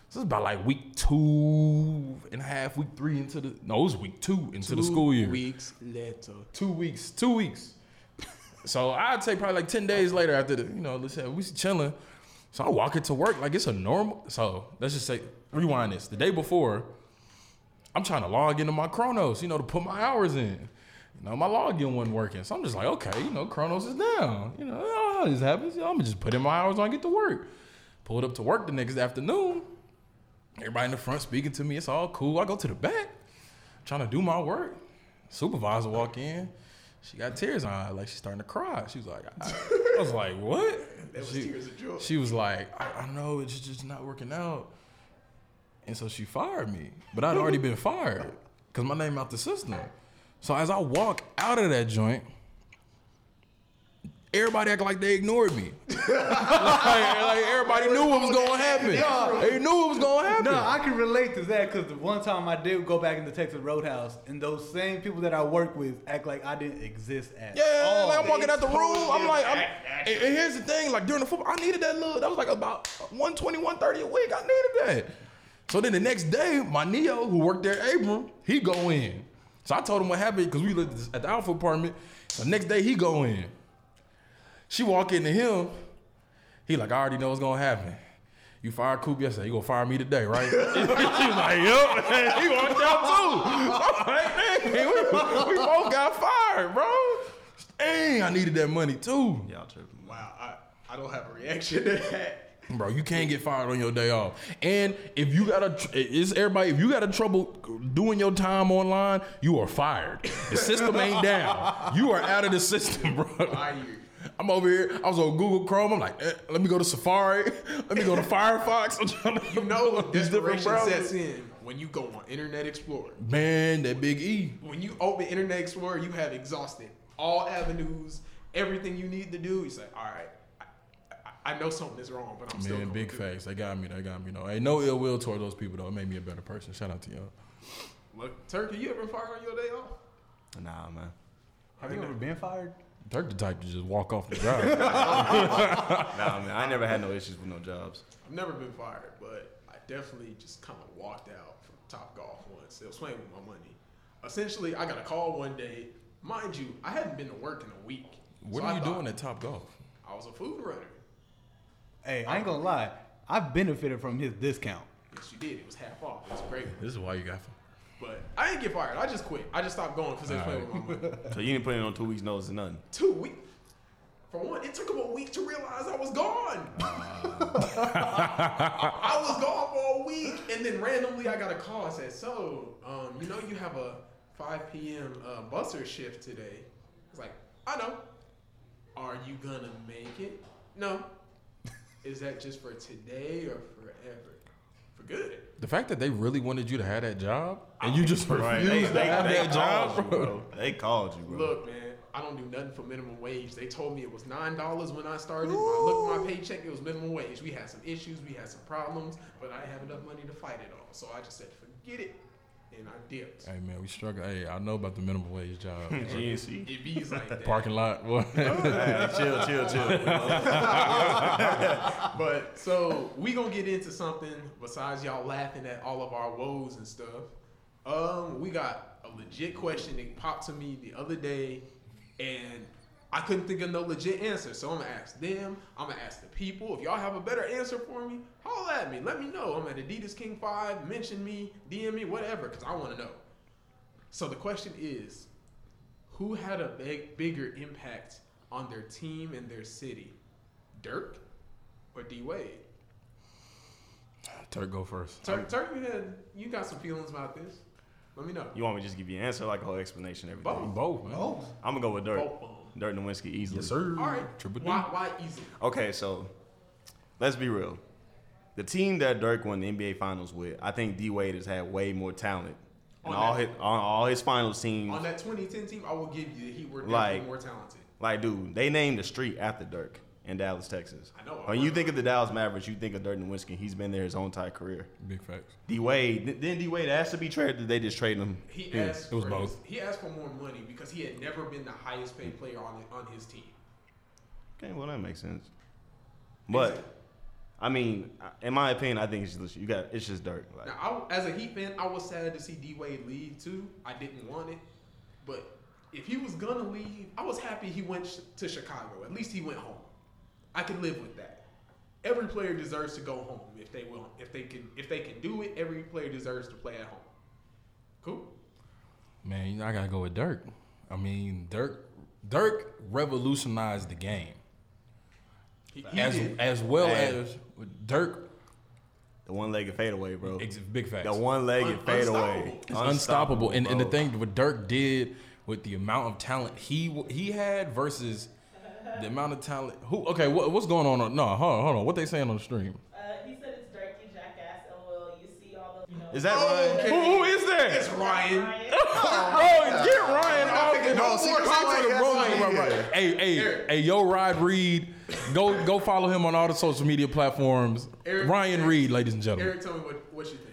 Speaker 2: So it's about like week two and a half, week three into the no, it was week two into the school year.
Speaker 1: Weeks later.
Speaker 2: Two weeks, two weeks. so I'd say probably like ten days later after the, you know, let's say we was chilling. So I walk into work like it's a normal. So let's just say rewind this. The day before, I'm trying to log into my Chronos, you know, to put my hours in. You know, my login wasn't working. So I'm just like, okay, you know, Chronos is down. You know, oh, this happens. I'm gonna just put in my hours when I get to work. Pulled up to work the next afternoon. Everybody in the front speaking to me. It's all cool. I go to the back, trying to do my work. Supervisor walk in. She got tears in her eye, like she's starting to cry. She was like, I, I was like, what?
Speaker 1: That was
Speaker 2: She-
Speaker 1: tears of joy.
Speaker 2: she was like, I, I know it's just not working out. And so she fired me. But I'd already been fired because my name out the system. So as I walk out of that joint, everybody act like they ignored me. like, like everybody knew what was going to happen. They knew what was going to happen.
Speaker 5: No, I can relate to that because the one time I did go back into Texas Roadhouse, and those same people that I work with act like I didn't exist at.
Speaker 2: Yeah,
Speaker 5: all.
Speaker 2: like I'm walking out the room. I'm like, I'm, and, and here's the thing, like during the football, I needed that little. That was like about 120, 130 a week. I needed that. So then the next day, my neo who worked there, Abram, he go in. So I told him what happened because we lived at the Alpha apartment. So next day he go in. She walk into him. He like, I already know what's gonna happen. You fired Coop yesterday. You gonna fire me today, right? She's like, yep. He walked out too. I'm like, dang, we, we both got fired, bro. Dang, I needed that money too.
Speaker 3: Y'all tripping.
Speaker 1: Wow, I, I don't have a reaction to that.
Speaker 2: Bro, you can't get fired on your day off. And if you got a, tr- it's everybody. If you got a trouble doing your time online, you are fired. The system ain't down. You are out of the system, bro.
Speaker 1: Fired.
Speaker 2: I'm over here. I was on Google Chrome. I'm like, eh, let me go to Safari. Let me go to Firefox. I'm trying to
Speaker 1: You know when
Speaker 2: these different
Speaker 1: desperation
Speaker 2: browsers.
Speaker 1: sets in when you go on Internet Explorer.
Speaker 2: Man, that Big E.
Speaker 1: When you open Internet Explorer, you have exhausted all avenues, everything you need to do. You say, all right, I, I, I know something is wrong, but I'm still
Speaker 2: Man,
Speaker 1: going
Speaker 2: big
Speaker 1: to do it."
Speaker 2: facts. They got me. They got me. No, ain't no ill will toward those people though. It made me a better person. Shout out to y'all.
Speaker 1: Look, Turkey, you ever fired on your day off?
Speaker 3: Nah, man.
Speaker 5: Have you ever been fired?
Speaker 2: Turk the type to just walk off the job.
Speaker 3: Nah, man. I never had no issues with no jobs.
Speaker 1: I've never been fired, but I definitely just kind of walked out from Top Golf once. It was playing with my money. Essentially, I got a call one day. Mind you, I hadn't been to work in a week.
Speaker 2: what
Speaker 1: So
Speaker 2: are
Speaker 1: I
Speaker 2: you
Speaker 1: thought
Speaker 2: doing at Top Golf?
Speaker 1: I was a food runner.
Speaker 5: Hey, I ain't gonna lie. I've benefited from his discount.
Speaker 1: Yes, you did. It was half off. It was great.
Speaker 2: This is why you got.
Speaker 1: But I didn't get fired. I just quit. I just stopped going because they was playing with my money.
Speaker 3: So you didn't put in on two weeks notice or nothing.
Speaker 1: Two weeks. For one, it took them a week to realize I was gone. I was gone for a week, and then randomly I got a call. I said, "So, um, you know, you have a 5 p.m. Uh, buster shift today." It's like, "I know." Are you gonna make it? No. Is that just for today or forever? For good.
Speaker 2: The fact that they really wanted you to have that job and you just refused to have that
Speaker 3: called
Speaker 2: job,
Speaker 3: you,
Speaker 2: bro.
Speaker 3: bro. They called you, bro.
Speaker 1: Look, man, I don't do nothing for minimum wage. They told me it was nine dollars when I started. When I looked at my paycheck, it was minimum wage. We had some issues, we had some problems, but I didn't have enough money to fight it all. So I just said, forget it, and I dipped.
Speaker 2: Hey man, we struggle. Hey, I know about the minimum wage job.
Speaker 3: GNC.
Speaker 1: It be like that.
Speaker 2: Parking lot. What?
Speaker 3: Hey, chill, chill, chill.
Speaker 1: But so we gonna get into something besides y'all laughing at all of our woes and stuff. Um, we got a legit question that popped to me the other day, and I couldn't think of no legit answer. So I'm gonna ask them. I'm gonna ask the people. If y'all have a better answer for me, holla at me. Let me know. I'm at Adidas King Five. Mention me, DM me, whatever, cause I want to know. So the question is, who had a big, bigger impact on their team and their city, Dirk or D Wade?
Speaker 2: Turk, go first.
Speaker 1: Turk, Turk, you had you got some feelings about this. Let me know.
Speaker 3: You want me to just give you an answer, like a whole explanation, everything?
Speaker 1: Both.
Speaker 2: Both. Man.
Speaker 5: Oh,
Speaker 3: I'm gonna go with Dirt.
Speaker 1: Both of
Speaker 3: Dirt and Nowinski easily.
Speaker 2: Yes, sir.
Speaker 1: All right.
Speaker 2: Triple D.
Speaker 1: why? Why easy?
Speaker 3: Okay, so let's be real. The team that Dirk won the NBA Finals with, I think D Wade has had way more talent on
Speaker 1: On
Speaker 3: all
Speaker 1: that-
Speaker 3: his on all his finals teams.
Speaker 1: On that 2010 team, I will give you that he were definitely
Speaker 3: Like-
Speaker 1: more talented.
Speaker 3: Like, dude, they named a street after Dirk in Dallas, Texas.
Speaker 1: I know.
Speaker 3: When you think of the Dallas Mavericks, you think of Dirk Nowitzki. He's been there his whole entire career.
Speaker 2: Big facts.
Speaker 3: D Wade, th- then D Wade asked to be traded. Did they just trade him?
Speaker 1: He
Speaker 3: Yeah.
Speaker 1: asked.
Speaker 2: it was
Speaker 1: for
Speaker 2: both.
Speaker 1: His, he asked for more money because he had never been the highest paid player on on his team.
Speaker 3: Okay, well that makes sense. But I mean, I- in my opinion, I think it's just you got it's just Dirk. Like,
Speaker 1: Now, I, as a Heat fan, I was sad to see D Wade leave too. I didn't want it, but if he was gonna leave, I was happy he went sh- to Chicago. At least he went home. I can live with that. Every player deserves to go home if they will. If they can, if they can do it, every player deserves to play at home. Cool.
Speaker 2: Man, you know, I gotta go with Dirk. I mean, Dirk. Dirk revolutionized the game.
Speaker 1: He, he
Speaker 2: as
Speaker 1: did.
Speaker 2: as well
Speaker 3: Hey.
Speaker 2: as Dirk.
Speaker 3: the one legged fadeaway, bro.
Speaker 2: ex- Big facts.
Speaker 3: The one legged
Speaker 1: Un-
Speaker 3: fadeaway.
Speaker 1: unstoppable.
Speaker 2: It's unstoppable. And, and the
Speaker 3: bro.
Speaker 2: thing what Dirk did with the amount of talent he w- he had versus the amount of talent who okay what, what's going on on no hold on, hold on what they saying on the stream
Speaker 8: Uh, he said it's dirty, jackass, and well, you see all of you know.
Speaker 3: Is that
Speaker 1: Oh,
Speaker 3: right?
Speaker 1: okay.
Speaker 2: who, who is that
Speaker 1: It's Ryan.
Speaker 8: Ryan.
Speaker 1: Oh,
Speaker 2: bro get Ryan off
Speaker 1: thinking no
Speaker 2: see,
Speaker 1: more
Speaker 2: Ryan
Speaker 1: Ryan
Speaker 2: to the
Speaker 1: has
Speaker 2: wrong-
Speaker 1: Ryan.
Speaker 2: right, right. hey hey
Speaker 1: Eric.
Speaker 2: hey yo Rod Reed go go follow him on all the social media platforms
Speaker 1: Eric-
Speaker 2: Ryan
Speaker 1: Eric-
Speaker 2: Reed ladies and gentlemen
Speaker 1: Eric, tell me what what you think.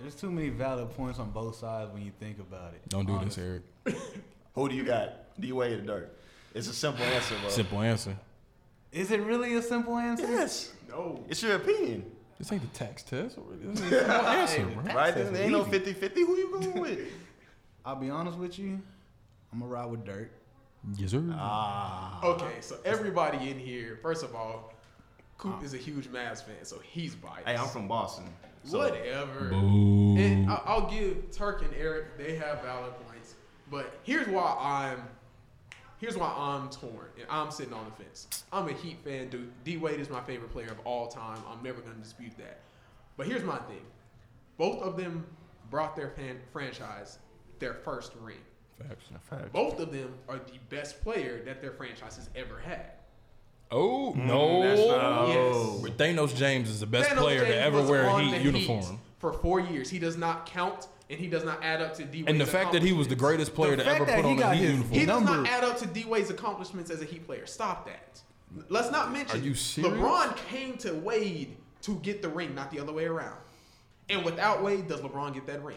Speaker 5: there's too many valid points on both sides when you think about it.
Speaker 2: don't do this
Speaker 5: Honestly.
Speaker 2: Eric
Speaker 3: Who do you got? D Wade or Dirk? It's a simple answer, bro.
Speaker 2: simple answer
Speaker 5: Is it really a simple answer?
Speaker 3: Yes.
Speaker 1: No.
Speaker 3: It's your opinion.
Speaker 2: this ain't the tax test this ain't a simple answer bro
Speaker 3: Right?
Speaker 5: That's
Speaker 3: There ain't no
Speaker 5: easy.
Speaker 3: 50 50. Who you going with?
Speaker 5: I'll be honest with you. I'm gonna ride with Dirk.
Speaker 2: yes sir
Speaker 3: Ah.
Speaker 1: Uh-huh. Okay, so everybody in here, first of all, Coop is a huge Mavs fan, so he's biased.
Speaker 3: Uh-huh. Hey, I'm from Boston. So
Speaker 1: Whatever.
Speaker 2: Boo.
Speaker 1: And
Speaker 3: Eh,
Speaker 1: I- I'll give Turk and Eric; they have valid points. But here's why I'm here's why I'm torn and I'm sitting on the fence. I'm a Heat fan. dude. D Wade is my favorite player of all time. I'm never going to dispute that. But here's my thing: both of them brought their fan, franchise their first ring.
Speaker 3: ah.
Speaker 1: Both of them are the best player that their franchise has ever had.
Speaker 2: Oh no!
Speaker 3: Mm, that's not-
Speaker 1: Yes.
Speaker 2: Thanos James is the best
Speaker 1: Thanos
Speaker 2: player
Speaker 1: James
Speaker 2: to ever
Speaker 1: was
Speaker 2: wear a
Speaker 1: on
Speaker 2: Heat
Speaker 1: the
Speaker 2: uniform.
Speaker 1: for four years. He does not count, and he does not add up to D. Wade's
Speaker 2: And the fact that he was the
Speaker 1: accomplishments.
Speaker 2: greatest player
Speaker 5: The
Speaker 2: to ever
Speaker 5: fact that
Speaker 2: put
Speaker 5: he
Speaker 2: on a
Speaker 5: got
Speaker 2: Heat
Speaker 5: his-
Speaker 1: He does
Speaker 2: uniform.
Speaker 1: not
Speaker 5: Number-
Speaker 1: add up to D Wade's accomplishments as a Heat player. Stop that. Let's not mention.
Speaker 2: Are you serious?
Speaker 1: LeBron came to Wade to get the ring, not the other way around. And without Wade, does LeBron get that ring?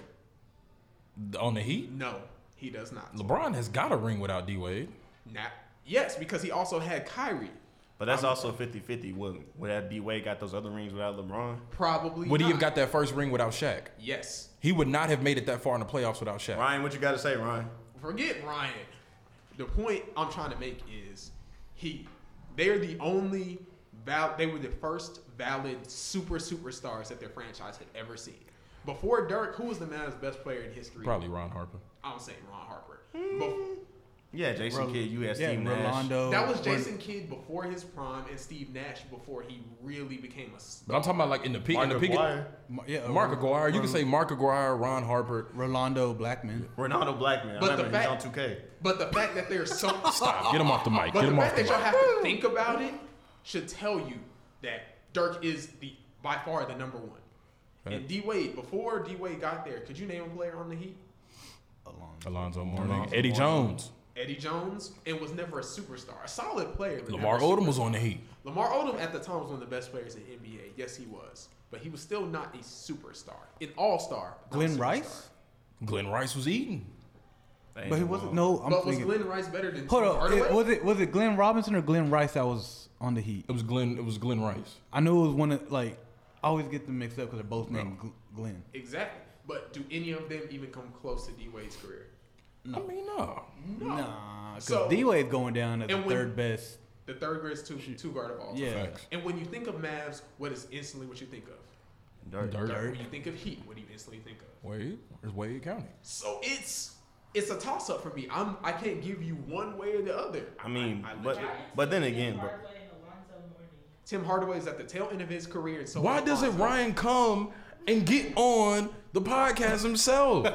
Speaker 2: On the Heat,
Speaker 1: No, he does not.
Speaker 2: LeBron has got a ring without D Wade.
Speaker 1: Nah. Yes, because he also had Kyrie.
Speaker 3: But that's also 50 50. Would, would that D Wade got those other rings without LeBron?
Speaker 1: Probably.
Speaker 2: Would he have
Speaker 1: not.
Speaker 2: got that first ring without Shaq?
Speaker 1: Yes.
Speaker 2: He would not have made it that far in the playoffs without Shaq.
Speaker 3: Ryan, what you got to say, Ryan?
Speaker 1: Forget Ryan. The point I'm trying to make is he. They're the only val. They were the first valid super superstars that their franchise had ever seen. Before Dirk, who was the man's best player in history?
Speaker 2: Probably Ron Harper.
Speaker 1: I'm saying Ron Harper. Bef-
Speaker 3: Yeah, Jason Kidd, you had Steve Nash.
Speaker 5: Rolando.
Speaker 1: that was
Speaker 5: or-
Speaker 1: Jason Kidd before his prime, and Steve Nash before he really became a. s-
Speaker 2: But I'm talking about like in the peak. In the
Speaker 3: Mark
Speaker 2: peak.
Speaker 3: Aguirre,
Speaker 5: Ma- Yeah,
Speaker 2: Mark
Speaker 1: Oh,
Speaker 2: Aguirre. You
Speaker 5: Ro-
Speaker 2: can say Mark Aguirre, Ron Harper.
Speaker 5: Rolando Blackman.
Speaker 3: Ronaldo Blackman.
Speaker 1: But
Speaker 3: I
Speaker 1: the
Speaker 3: remember he's on
Speaker 1: fact-
Speaker 3: 2K.
Speaker 1: But the fact that there's so
Speaker 2: Stop. Get him off the mic.
Speaker 1: But
Speaker 2: Get
Speaker 1: the
Speaker 2: him off
Speaker 1: fact
Speaker 2: the
Speaker 1: that
Speaker 2: mic.
Speaker 1: y'all have to think about it should tell you that Dirk is the by far the number one. And D Wade, before D Wade got there, could you name a player on the Heat?
Speaker 5: Alonzo.
Speaker 2: Alonzo Mourning, Eddie Jones,
Speaker 1: Eddie Jones, and was never a superstar, a solid player. but
Speaker 2: Lamar
Speaker 1: never a
Speaker 2: Odom was on the Heat.
Speaker 1: super- Lamar Odom at the time was one of the best players in NBA. Yes, he was, but he was still not a superstar, an All Star.
Speaker 5: Glenn Rice?
Speaker 2: Glenn Rice was eating.
Speaker 5: But he wasn't. No, I'm
Speaker 1: But was
Speaker 5: thinking.
Speaker 1: Glenn Rice better than
Speaker 5: hold
Speaker 1: Tim
Speaker 5: up.
Speaker 1: Hardaway?
Speaker 5: It, was it was it Glenn Robinson or Glenn Rice that was on the Heat?
Speaker 2: It was Glenn. It was Glenn Rice.
Speaker 5: I know it was one of like. I always get them mixed up because they're both named Gl- Glenn.
Speaker 1: exactly. But do any of them even come close to D Wade's career?
Speaker 2: I mean, no.
Speaker 5: Nah, because
Speaker 1: So-
Speaker 5: D Wade's going down as the
Speaker 1: And when-
Speaker 5: third best.
Speaker 1: The third greatest two two guard of all time.
Speaker 5: Yeah,
Speaker 2: Facts.
Speaker 1: And when you think of Mavs, what is instantly what you think of?
Speaker 3: Mm-hmm.
Speaker 2: Dirk.
Speaker 1: When you think of Heat, what do you instantly think of?
Speaker 2: Wade. Where's Wade County?
Speaker 1: So it's it's a toss up for me. I'm I can't give you one way or the other.
Speaker 3: I mean,
Speaker 1: I
Speaker 3: but
Speaker 1: legit-
Speaker 3: but then again, bro.
Speaker 8: Hardaway and Alonzo Mourning.
Speaker 1: Tim Hardaway is at the tail end of his career, and so
Speaker 2: Why
Speaker 1: is
Speaker 2: doesn't
Speaker 1: Lonzo.
Speaker 2: Ryan come and get on the podcast himself?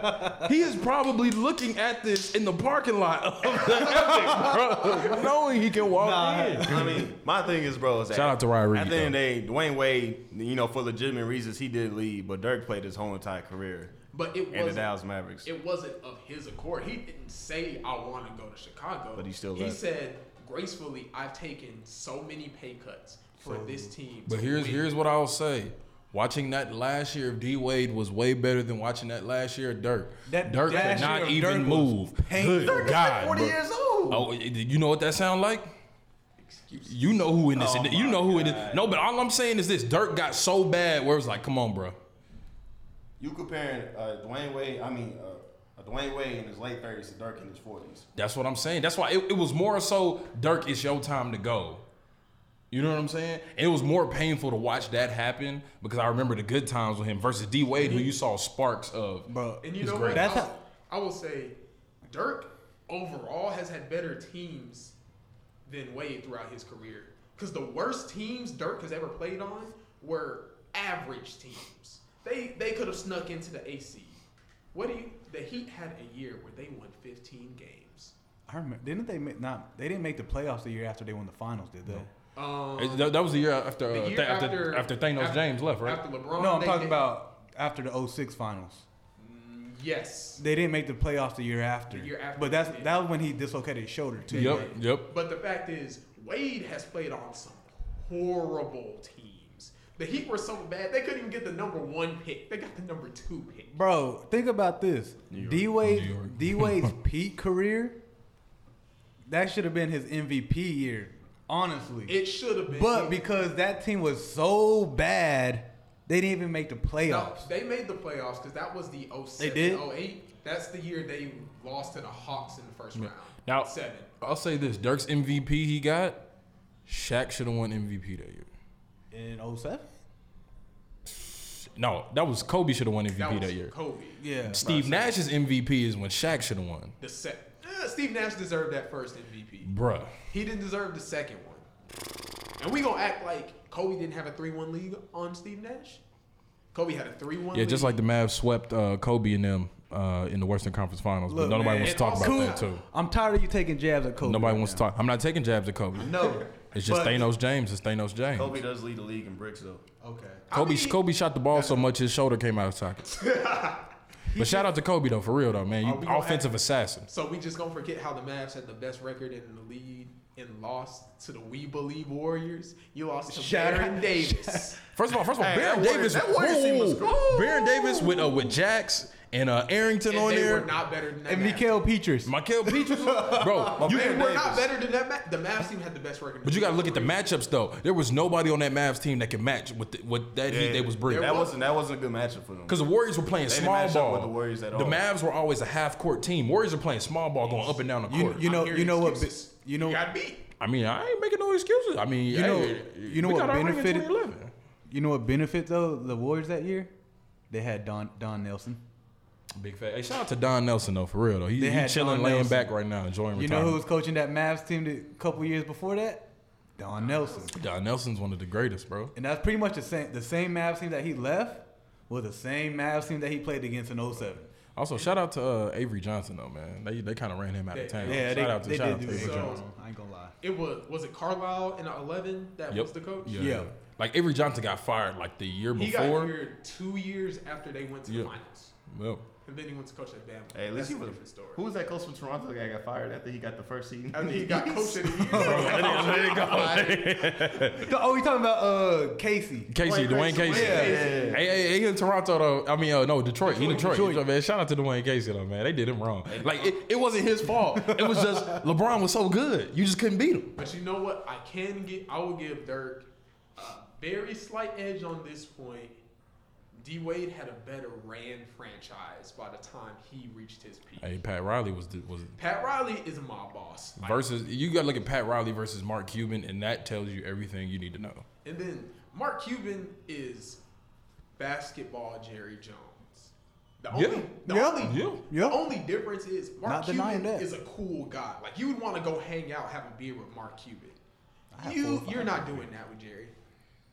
Speaker 2: he is probably looking at this in the parking lot of the Epic, bro, knowing he can walk in.
Speaker 3: I mean, my thing is, bro, is that
Speaker 2: Shout out to Ryan Reed,
Speaker 3: At the end of the day, Dwayne Wade, you know, for legitimate reasons, he did leave, but Dirk played his whole entire career
Speaker 1: But it
Speaker 3: in the
Speaker 1: wasn't.
Speaker 3: Dallas Mavericks.
Speaker 1: It wasn't of his accord. He didn't say I want to go to Chicago.
Speaker 3: But he still
Speaker 1: He
Speaker 3: left.
Speaker 1: said gracefully, I've taken so many pay cuts for this team.
Speaker 2: But
Speaker 1: to
Speaker 2: here's
Speaker 1: win."
Speaker 2: here's what I'll say. Watching that last year of D Wade was way better than watching that last year of Dirk.
Speaker 5: That
Speaker 2: Dirk could
Speaker 5: last year
Speaker 2: not
Speaker 5: of
Speaker 2: even
Speaker 5: Dirk was
Speaker 2: move. Good God,
Speaker 1: Forty
Speaker 2: bro.
Speaker 1: years old.
Speaker 2: Oh, you know what that sound like? You know who in this?
Speaker 5: Oh
Speaker 2: you know who it is. No, but all I'm saying is this: Dirk got so bad where it was like, "Come on, bro."
Speaker 3: You comparing uh, Dwayne Wade, I mean, uh, Dwayne Wade in his late 30s to Dirk in his 40s.
Speaker 2: That's what I'm saying. That's why it, it was more so Dirk, it's your time to go. You know what I'm saying? And it was more painful to watch that happen because I remember the good times with him versus D Wade, who you saw sparks of.
Speaker 5: Bro,
Speaker 1: And you
Speaker 2: It's
Speaker 1: know
Speaker 2: great.
Speaker 1: what?
Speaker 5: That's
Speaker 1: I,
Speaker 5: how-
Speaker 1: I will say, Dirk overall has had better teams than Wade throughout his career. Because the worst teams Dirk has ever played on were average teams. They they could have snuck into the AC. What do you? The Heat had a year where they won 15 games.
Speaker 5: I remember. Didn't they make not? They didn't make the playoffs the year after they won the finals, did they?
Speaker 1: Um,
Speaker 2: It- that, that was the year after uh,
Speaker 1: the year
Speaker 2: th- after, after, Thanos
Speaker 1: after-
Speaker 2: James left, right?
Speaker 1: After LeBron.
Speaker 5: no, I'm
Speaker 1: they
Speaker 5: talking
Speaker 1: did-
Speaker 5: about after the 06 finals.
Speaker 1: yes.
Speaker 5: They didn't make the playoffs the year after.
Speaker 1: The year after
Speaker 5: but that's
Speaker 1: they did.
Speaker 5: that was when he dislocated his shoulder too.
Speaker 2: yep, yep.
Speaker 1: But the fact is, Wade has played on some horrible teams. The Heat were so bad they couldn't even get the number one pick. They got the number two pick.
Speaker 5: Bro, think about this. D
Speaker 2: New
Speaker 5: Wade,
Speaker 2: York.
Speaker 5: D Wade's peak career. That should have been his MVP year, honestly.
Speaker 1: It should have been.
Speaker 5: but because that team was so bad, they didn't even make the
Speaker 1: no,
Speaker 5: playoffs.
Speaker 1: they made the playoffs because that was the 07,
Speaker 5: They did?
Speaker 1: 08. That's the year they lost to the Hawks in the first round.
Speaker 2: Now-
Speaker 1: seven.
Speaker 2: I'll say this: Dirk's MVP he got, Shaq should have won MVP that year.
Speaker 5: in 07?
Speaker 2: No, that was Kobe should have won MVP
Speaker 1: That
Speaker 2: that,
Speaker 1: was
Speaker 2: year.
Speaker 1: Kobe.
Speaker 5: Yeah.
Speaker 2: Steve Nash's MVP is when Shaq should have won.
Speaker 1: The sec- Eh, Steve Nash deserved that first MVP.
Speaker 2: Bruh.
Speaker 1: He didn't deserve the second one. And we gonna act like Kobe didn't have a three-one lead on Steve Nash. Kobe had a three-one.
Speaker 2: Yeah, just like the Mavs swept uh, Kobe and them uh, in the Western Conference Finals,
Speaker 5: Look,
Speaker 2: but nobody
Speaker 5: man,
Speaker 2: wants to talk about
Speaker 1: Kobe-
Speaker 2: that too.
Speaker 5: I'm tired of you taking jabs at Kobe.
Speaker 2: Nobody
Speaker 5: right
Speaker 2: wants to
Speaker 5: now.
Speaker 2: talk. I'm not taking jabs at Kobe.
Speaker 5: No.
Speaker 2: It's just
Speaker 1: But-
Speaker 2: Thanos James. It's Thanos James. Kobe,
Speaker 3: Kobe does lead the league in bricks though.
Speaker 5: Okay.
Speaker 2: Kobe,
Speaker 1: mean-
Speaker 2: shot the ball so much his shoulder came out of socket. but shout out to Kobe though, for real though, man.
Speaker 1: Are we
Speaker 2: You
Speaker 1: gonna
Speaker 2: offensive
Speaker 1: act-
Speaker 2: assassin.
Speaker 1: So we just gonna forget how the Mavs had the best record in the league and lost to the We Believe Warriors. You lost to Baron Davis.
Speaker 2: First of all, first of all,
Speaker 3: Hey,
Speaker 2: Baron
Speaker 3: that Warriors-
Speaker 2: Davis.
Speaker 3: that Warriors team was
Speaker 2: Whoa. Baron Davis with uh, with Jax and uh, Arrington
Speaker 1: and
Speaker 2: on
Speaker 1: they
Speaker 2: there.
Speaker 1: were not better than that.
Speaker 5: And
Speaker 1: Mavs.
Speaker 5: Mikael Petras.
Speaker 2: Michael Peters, bro. You,
Speaker 1: they
Speaker 3: Baron
Speaker 1: were
Speaker 3: Davis.
Speaker 1: not better than that. Ma- the Mavs team had the best record. in
Speaker 2: but you
Speaker 1: the
Speaker 2: got to look at the
Speaker 1: league.
Speaker 2: matchups though. There was nobody on that Mavs team that could match with the, what that heat they was bringing.
Speaker 3: That wasn't that wasn't a good matchup for them.
Speaker 2: Because the Warriors were playing
Speaker 3: didn't
Speaker 2: small
Speaker 3: match up
Speaker 2: ball.
Speaker 3: with the Warriors at all.
Speaker 2: The Mavs were always a half court team. Warriors are playing small ball, going up and down the
Speaker 5: You,
Speaker 2: court.
Speaker 5: you know
Speaker 1: I'm
Speaker 5: you know what
Speaker 1: excuses.
Speaker 5: be- you know
Speaker 1: You got beat.
Speaker 2: I mean, I ain't making no excuses. I mean,
Speaker 5: You know-
Speaker 2: hey,
Speaker 5: you know
Speaker 2: we
Speaker 5: what
Speaker 2: got our ring in
Speaker 5: benefited-
Speaker 2: 2011.
Speaker 5: you know what benefit though the Warriors that year? They had Don Don Nelson.
Speaker 2: Big fact. Hey, shout out to Don Nelson though, for real though. He,
Speaker 5: They
Speaker 2: he
Speaker 5: had
Speaker 2: chilling,
Speaker 5: Don
Speaker 2: laying
Speaker 5: Nelson.
Speaker 2: back right now, enjoying
Speaker 5: You know
Speaker 2: retirement.
Speaker 5: who was coaching that Mavs team a couple years before that? Don Nelson.
Speaker 2: Don Nelson's one of the greatest, bro.
Speaker 5: And that's pretty much the same the same Mavs team that he left was the same Mavs team that he played against in 07.
Speaker 2: Also, shout out to uh, Avery Johnson though, man. They they kind of ran him out of town.
Speaker 5: Yeah,
Speaker 2: shout
Speaker 5: they,
Speaker 2: out to
Speaker 5: they
Speaker 2: shout
Speaker 5: did
Speaker 2: out to
Speaker 5: do
Speaker 2: Avery
Speaker 5: so,
Speaker 2: Johnson.
Speaker 5: I ain't gonna lie.
Speaker 1: It was was it Carlisle in the eleven that
Speaker 2: Yep.
Speaker 1: was the coach.
Speaker 2: Yeah.
Speaker 5: Yeah.
Speaker 2: Like Avery Johnson got fired like the year
Speaker 1: He got
Speaker 2: before.
Speaker 1: here two years after they went to
Speaker 2: Yeah.
Speaker 1: the finals,
Speaker 2: Well,
Speaker 1: and then he went to coach at Bama.
Speaker 4: Hey, at least
Speaker 1: That's
Speaker 4: he
Speaker 1: a
Speaker 4: was.
Speaker 1: different story.
Speaker 4: Who was that coach from Toronto that got fired after he got the first seed?
Speaker 1: And he got coach of the year.
Speaker 5: Oh, you talking about uh Casey.
Speaker 2: Casey, Dwayne Casey. Hey, hey, hey, he in Toronto though. I mean, uh, no, Detroit. He in Detroit. Man, shout out to Dwayne Casey though, man. They did him wrong. Like it, it wasn't his fault. It was just LeBron was so good, you just couldn't beat him.
Speaker 1: But you know what? I can get. I will give Dirk a very slight edge on this point. D Wade had a better ran franchise by the time he reached his peak.
Speaker 2: Hey, Pat Riley was the- was
Speaker 1: Pat Riley is my boss. Like,
Speaker 2: versus. You got to look at Pat Riley versus Mark Cuban, and that tells you everything you need to know.
Speaker 1: and then Mark Cuban is basketball Jerry Jones. The only,
Speaker 2: Yeah.
Speaker 1: The,
Speaker 5: Yeah.
Speaker 1: Only,
Speaker 2: Yeah.
Speaker 5: Yeah.
Speaker 1: the only difference is Mark
Speaker 5: Not denying
Speaker 1: Cuban
Speaker 5: that.
Speaker 1: is a cool guy. Like you would want to go hang out, have a beer with Mark Cuban.
Speaker 5: have four
Speaker 1: You
Speaker 5: or five
Speaker 1: you're not doing that with Jerry.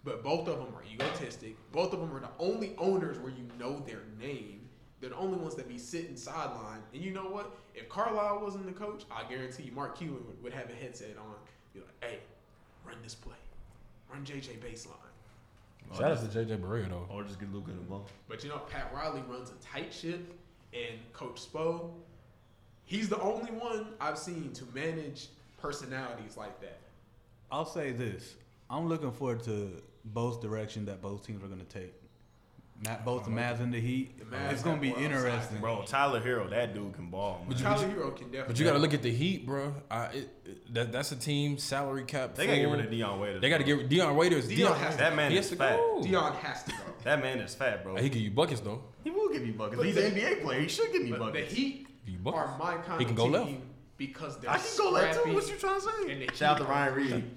Speaker 1: But both of them are egotistic. Both of them are the only owners where you know their name. They're the only ones that be sitting sideline. And you know what? If Carlisle wasn't the coach, I guarantee you Mark Cuban would, would have a headset on. Be like, hey, run this play. Run JJ baseline.
Speaker 2: Shout out to JJ Barea though.
Speaker 4: Or just get Luca the ball.
Speaker 1: But you know, Pat Riley runs a tight ship, and Coach Spo, he's the only one I've seen to manage personalities like that.
Speaker 5: I'll say this. I'm looking forward to both direction that both teams are gonna take. Not both the Mavs and the Heat.
Speaker 1: Mavs
Speaker 5: it's gonna be
Speaker 1: have more upside.
Speaker 5: interesting.
Speaker 3: Bro, Tyler Hero, that dude can ball. Man.
Speaker 1: Tyler Hero can definitely.
Speaker 2: But you got to look at the Heat, bro. I, it, it- that, that's a team salary cap.
Speaker 3: They gotta get
Speaker 2: full.
Speaker 3: rid of Deion Waiters.
Speaker 2: They got to
Speaker 3: bro.
Speaker 2: get Dion Waiters.
Speaker 1: Deion
Speaker 2: Deion
Speaker 1: has to-
Speaker 3: that man
Speaker 2: He
Speaker 3: is
Speaker 2: has to
Speaker 3: fat.
Speaker 2: go.
Speaker 1: Dion has to go.
Speaker 3: That man is fat, bro.
Speaker 2: He give you buckets though.
Speaker 4: He will give you buckets.
Speaker 1: But
Speaker 4: He's
Speaker 1: they-
Speaker 4: an NBA player. He should give you
Speaker 1: But the
Speaker 4: buckets.
Speaker 1: Heat
Speaker 2: You buck.
Speaker 1: are my kind
Speaker 2: He can
Speaker 1: of
Speaker 2: go
Speaker 1: team
Speaker 2: left.
Speaker 1: because they're
Speaker 4: I can go left too.
Speaker 1: scrappy,
Speaker 4: What you trying to say?
Speaker 1: and the
Speaker 4: Shout out to
Speaker 1: Heat
Speaker 4: Ryan Reed.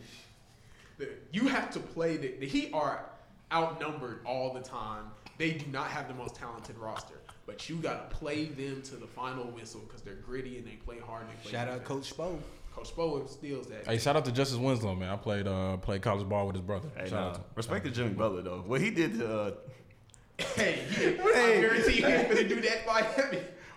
Speaker 1: The- You have to play the, the Heat are outnumbered all the time. They do not have the most talented roster, but you got to play them to the final whistle because they're gritty and they play hard. And they play
Speaker 5: Shout out
Speaker 1: defense.
Speaker 5: Coach Spo.
Speaker 1: Coach Spo steals that.
Speaker 2: Hey, shout out to Justice Winslow, man. I played uh played college ball with his brother.
Speaker 3: Hey,
Speaker 2: shout
Speaker 3: nah,
Speaker 2: out to him.
Speaker 3: respect to Jimmy Butler though. What he did to uh,
Speaker 1: Hey, he, I guarantee he ain't gonna do that by him.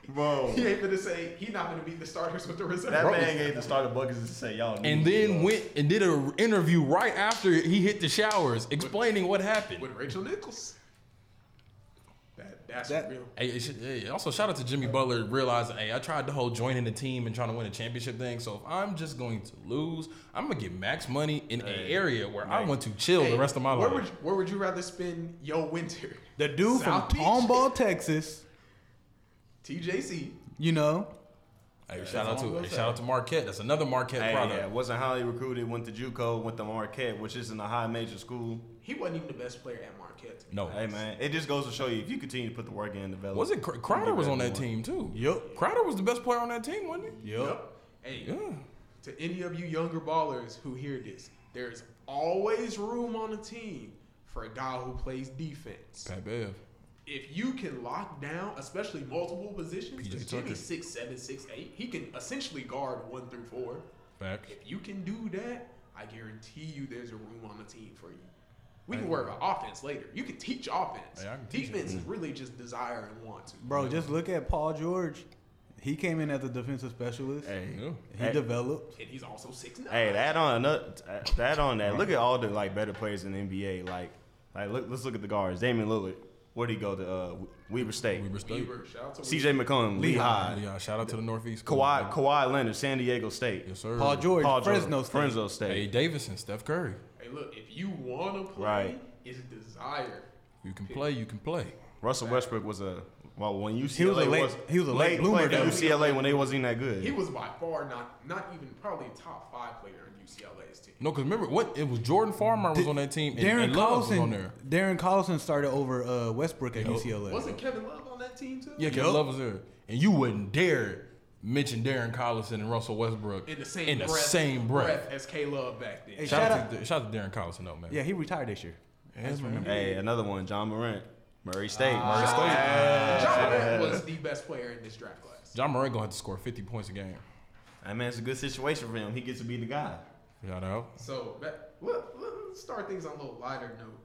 Speaker 4: Bro.
Speaker 1: He ain't gonna say he not gonna beat the starters with the reserve.
Speaker 4: That man gave the starter buckets to say y'all.
Speaker 2: And
Speaker 4: need me,
Speaker 2: then
Speaker 4: bro.
Speaker 2: went and did an interview right after he hit the showers, explaining what happened.
Speaker 1: with Rachel Nichols. That that's
Speaker 5: That-
Speaker 1: real.
Speaker 2: Hey, it should- hey, also shout out to Jimmy Butler realizing, hey, I tried the whole joining the team and trying to win a championship thing. So if I'm just going to lose, I'm gonna get max money in an area where I want to chill
Speaker 1: Hey,
Speaker 2: the rest of my
Speaker 1: where
Speaker 2: life.
Speaker 1: Would you, where would you rather spend your winter?
Speaker 5: The dude
Speaker 1: South
Speaker 5: from
Speaker 1: Beach?
Speaker 5: Tomball, Texas,
Speaker 1: TJC.
Speaker 5: you know,
Speaker 2: hey, shout out to hey, shout out to Marquette. That's another Marquette
Speaker 3: hey,
Speaker 2: product.
Speaker 3: yeah, wasn't highly recruited, went to JUCO, went to Marquette, which isn't a high major school.
Speaker 1: He wasn't even the best player at Marquette. to be
Speaker 2: No,
Speaker 3: Hey man, it just goes to show you if you continue to put the work in, and develop.
Speaker 2: was it Cr- Crowder was on that team too?
Speaker 5: Yup.
Speaker 2: Crowder was the best player on that team, wasn't he?
Speaker 1: honest. Yup. Hey,
Speaker 2: Yeah.
Speaker 1: to any of you younger ballers who hear this, there's always room on a team for a guy who plays defense.
Speaker 2: Pat Bev.
Speaker 1: If you can lock down, especially multiple positions,
Speaker 2: PJ
Speaker 1: because Jimmy's
Speaker 2: Tucker.
Speaker 1: six seven, six eight, he can essentially guard one through four.
Speaker 2: Facts.
Speaker 1: If you can do that, I guarantee you there's a room on the team for you. We can worry about offense later. You can teach offense.
Speaker 2: Hey, I can teach it.
Speaker 1: Defense is really just desire and want to.
Speaker 5: Bro, just look at Paul George. He came in as a defensive specialist.
Speaker 3: Hey,
Speaker 2: Yeah.
Speaker 5: He
Speaker 3: Hey.
Speaker 5: developed.
Speaker 1: And he's also six nine.
Speaker 3: hey, that on another, that on that. Look at all the like better players in the NBA. Like, like look, let's look at the guards. Damian Lillard, where'd he go to? Uh, Weaver State.
Speaker 2: Weber State.
Speaker 1: Weaver, shout out to
Speaker 3: C.J. McCollum, Lehigh,
Speaker 2: Yeah, shout out to the Northeast.
Speaker 3: Kawhi, Kawhi Leonard, San Diego State,
Speaker 2: Yes, sir.
Speaker 5: Paul George,
Speaker 3: Paul George,
Speaker 5: Fresno State.
Speaker 3: Fresno State.
Speaker 2: Hey, Davidson, Steph Curry.
Speaker 1: Weaver. Hey, look, if you want to play,
Speaker 3: Right.
Speaker 1: it's desire.
Speaker 2: You can play. You can play.
Speaker 3: Russell Westbrook was a well when UCLA
Speaker 5: was a late- he was a late bloomer,
Speaker 3: played at
Speaker 5: though.
Speaker 3: UCLA when they wasn't even that good.
Speaker 1: He was by far not not even probably top five player in UCLA's team.
Speaker 2: No, because remember what? It was Jordan Farmer was on that team. And,
Speaker 5: Darren
Speaker 2: and Love was on
Speaker 5: Collison.
Speaker 2: there.
Speaker 5: Darren Collison started over uh, Westbrook at UCLA.
Speaker 1: Wasn't Kevin Love on that team too?
Speaker 2: Yeah, because Love was there. And you wouldn't dare mention Darren Collison and Russell Westbrook
Speaker 1: In the same
Speaker 2: in the
Speaker 1: breath,
Speaker 2: same breath.
Speaker 1: as K Love back then.
Speaker 5: Hey,
Speaker 2: Shout,
Speaker 5: shout
Speaker 2: out to, shout out to Darren Collison though, man.
Speaker 5: Yeah, he retired this year.
Speaker 2: That's right.
Speaker 3: hey, another one, John Morant, Murray State.
Speaker 1: John Morant was the best player in this draft class.
Speaker 2: John Murray gonna have to score 50 points a game.
Speaker 3: I mean, it's a good situation for him. He gets to be the guy.
Speaker 2: Shout out.
Speaker 1: So that- let, let's start things on a little lighter note.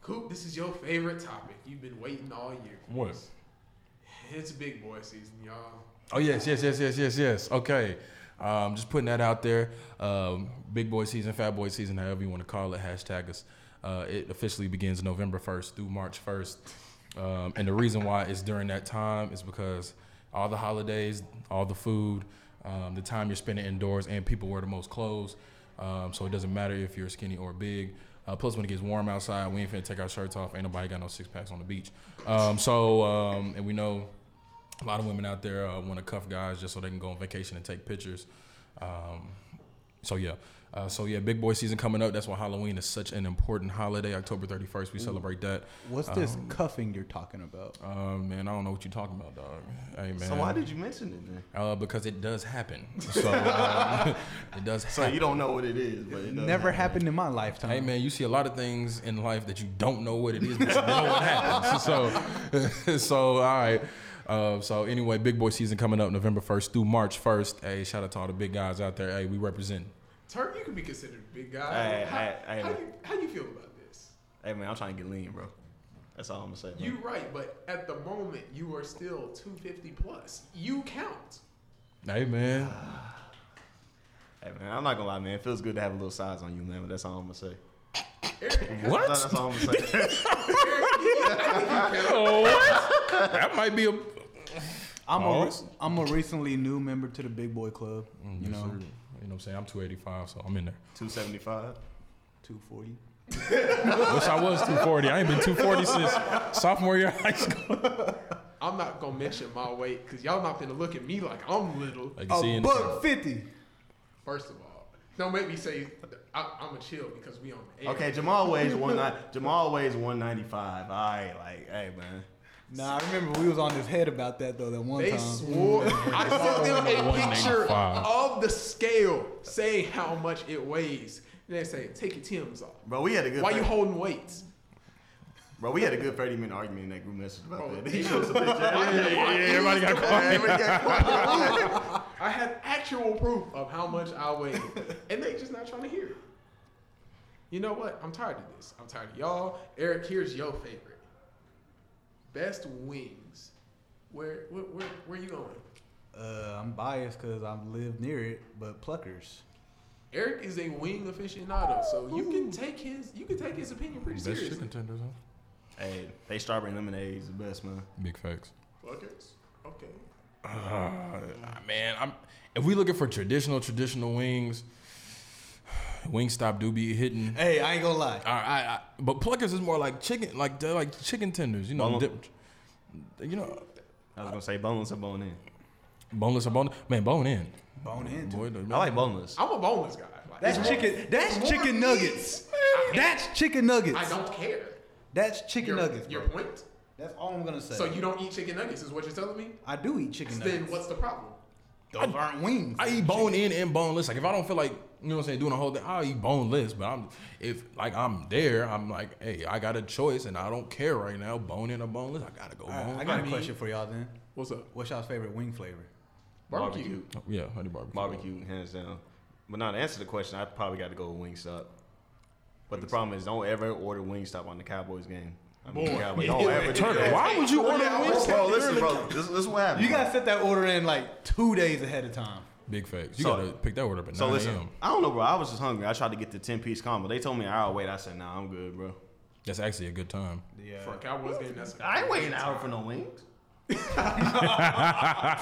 Speaker 1: Coop, this is your favorite topic. You've been waiting all year. for
Speaker 2: What?
Speaker 1: this. It's big boy season, y'all.
Speaker 2: Oh yes, yes, yes, yes, yes, yes. Okay. Um, just putting that out there. Um, big boy season, fat boy season, however you want to call it. Hashtag us. Uh, it officially begins November 1st through March 1st. Um, and the reason why it's during that time is because all the holidays, all the food, um, the time you're spending indoors, and people wear the most clothes. Um, so it doesn't matter if you're skinny or big. Uh, plus, when it gets warm outside, we ain't finna take our shirts off. Ain't nobody got no six packs on the beach. Um, so, um, and we know a lot of women out there uh, want to cuff guys just so they can go on vacation and take pictures. Um, so yeah, uh, so yeah, big boy season coming up. That's why Halloween is such an important holiday. October thirty first, we celebrate that.
Speaker 5: What's this cuffing you're talking about?
Speaker 2: Um, man, I don't know what you're talking about, dog. Hey man,
Speaker 3: So why did you mention it then?
Speaker 2: uh, because it does happen. So um, it does.
Speaker 3: So
Speaker 2: happen.
Speaker 3: you don't know what it is, but it does
Speaker 5: Never
Speaker 3: happen.
Speaker 5: happened in my lifetime.
Speaker 2: Hey man, you see a lot of things in life that you don't know what it is, but you know what happens. So, so all right. Uh, so anyway, big boy season coming up November first through March first. Hey, shout out to all the big guys out there. Hey, we represent.
Speaker 1: Turk, you can be considered a big guy.
Speaker 3: Hey,
Speaker 1: how,
Speaker 3: hey, hey,
Speaker 1: how
Speaker 3: man.
Speaker 1: you, how you feel about this?
Speaker 3: Hey man, I'm trying to get lean, bro. That's all I'm gonna say. man.
Speaker 1: You right, but at the moment you are still 250 plus. You count.
Speaker 2: Hey man,
Speaker 3: hey man, I'm not gonna lie, man. It feels good to have a little size on you, man. But that's all I'm gonna say.
Speaker 2: what?
Speaker 3: That's, that's all I'm gonna say.
Speaker 2: Oh, what? That might be a.
Speaker 5: I'm a,
Speaker 2: Pause. Mm,
Speaker 5: I'm a recently new member to the Big Boy Club. you know,
Speaker 2: You know what I'm saying? I'm 285, so I'm in there.
Speaker 3: 275.
Speaker 5: 240.
Speaker 2: Wish I was 240. I ain't been 240 since sophomore year of high school.
Speaker 1: I'm not gonna mention my weight because y'all not gonna look at me like I'm little.
Speaker 2: Like you see
Speaker 5: A
Speaker 2: in
Speaker 5: Oh, buck fifty.
Speaker 1: First of all, don't make me say I, I'm a chill because we on the air.
Speaker 3: Okay, Jamal weighs one. Jamal weighs 195. All right, like, hey man.
Speaker 5: Nah, I remember we was on his head about that though. That one
Speaker 1: They
Speaker 5: time.
Speaker 1: swore.
Speaker 2: Mm.
Speaker 1: I sent them a picture
Speaker 2: 195.
Speaker 1: of the scale saying how much it weighs. And they say, take your Tim's off.
Speaker 3: Bro, we had a good.
Speaker 1: Why you
Speaker 3: thir-
Speaker 1: holding weights?
Speaker 3: Bro, we had a good 30 minute argument in that group message about
Speaker 1: Bro,
Speaker 3: that. He showed us a picture.
Speaker 1: yeah, yeah,
Speaker 2: everybody got
Speaker 3: Everybody got quiet.
Speaker 1: I had actual proof of how much I weighed, and they just not trying to hear it. You know what? I'm tired of this. I'm tired of y'all. Eric, here's your favorite. Best wings. Where where where, where you going?
Speaker 5: Uh, I'm biased because I've lived near it, but Pluckers.
Speaker 1: Eric is a wing aficionado, so you can take his you can take his opinion pretty
Speaker 2: Best chicken
Speaker 1: seriously.
Speaker 2: tenders, huh?
Speaker 3: Hey, they strawberry lemonade is the best, man.
Speaker 2: Big facts.
Speaker 1: Buckets. Okay.
Speaker 2: Ah, man, I'm, if we looking for traditional, traditional wings, Wingstop do be hitting.
Speaker 5: Hey, I ain't gonna lie.
Speaker 2: I, I, I, but Pluckers is more like chicken, like they're like chicken tenders, you know,
Speaker 3: Bone-
Speaker 2: dip, you know,
Speaker 3: I was gonna say boneless or bone in.
Speaker 2: boneless or bone, man, bone in.
Speaker 5: Bone in.
Speaker 2: Boy, the-
Speaker 3: I like boneless.
Speaker 1: I'm a boneless guy. Like,
Speaker 5: That's
Speaker 1: it's
Speaker 5: chicken. That's
Speaker 1: more
Speaker 5: chicken
Speaker 1: meat.
Speaker 5: nuggets. That's chicken nuggets.
Speaker 1: I don't care.
Speaker 5: That's chicken
Speaker 1: Your,
Speaker 5: nuggets.
Speaker 1: your
Speaker 5: bro.
Speaker 1: point.
Speaker 5: That's all I'm gonna say.
Speaker 1: So you don't eat chicken nuggets is what you're telling me?
Speaker 5: I do eat chicken
Speaker 1: Then
Speaker 5: nuggets.
Speaker 1: what's the problem?
Speaker 5: Those aren't wings.
Speaker 2: I eat bone in and boneless. Like if I don't feel like You know what I'm saying? Doing a whole thing. I'll eat boneless, but I'm if like I'm there, I'm like, hey, I got a choice and I don't care right now, bone in or boneless. I gotta go
Speaker 5: All right,
Speaker 2: bone.
Speaker 5: I got
Speaker 1: I
Speaker 5: a
Speaker 1: mean-
Speaker 5: question for y'all then.
Speaker 1: What's up?
Speaker 5: What's y'all's favorite wing flavor?
Speaker 1: Barbecue.
Speaker 2: Oh, yeah, honey barbecue.
Speaker 3: Barbecue, hands down. But now to answer the question, I probably got to go with Wingstop. But the problem is, don't ever order Wingstop on the Cowboys game. I mean,
Speaker 1: Boy.
Speaker 3: Cowboys, don't ever do
Speaker 2: Turner,
Speaker 3: that.
Speaker 2: why would you order wings?
Speaker 3: Bro, listen, bro. This, this is what happened.
Speaker 5: You gotta set that order in like two days ahead of time.
Speaker 2: Big facts. You
Speaker 3: So-
Speaker 2: gotta pick that word up at
Speaker 3: So
Speaker 2: 9
Speaker 3: listen,
Speaker 2: a.m.
Speaker 3: I don't know, bro. I was just hungry. I tried to get the ten piece combo. They told me an hour wait. I said, Nah, I'm good, bro.
Speaker 2: That's actually a good time.
Speaker 5: Yeah.
Speaker 1: For a Cowboys game, that's
Speaker 3: I ain't waiting an hour for no wings.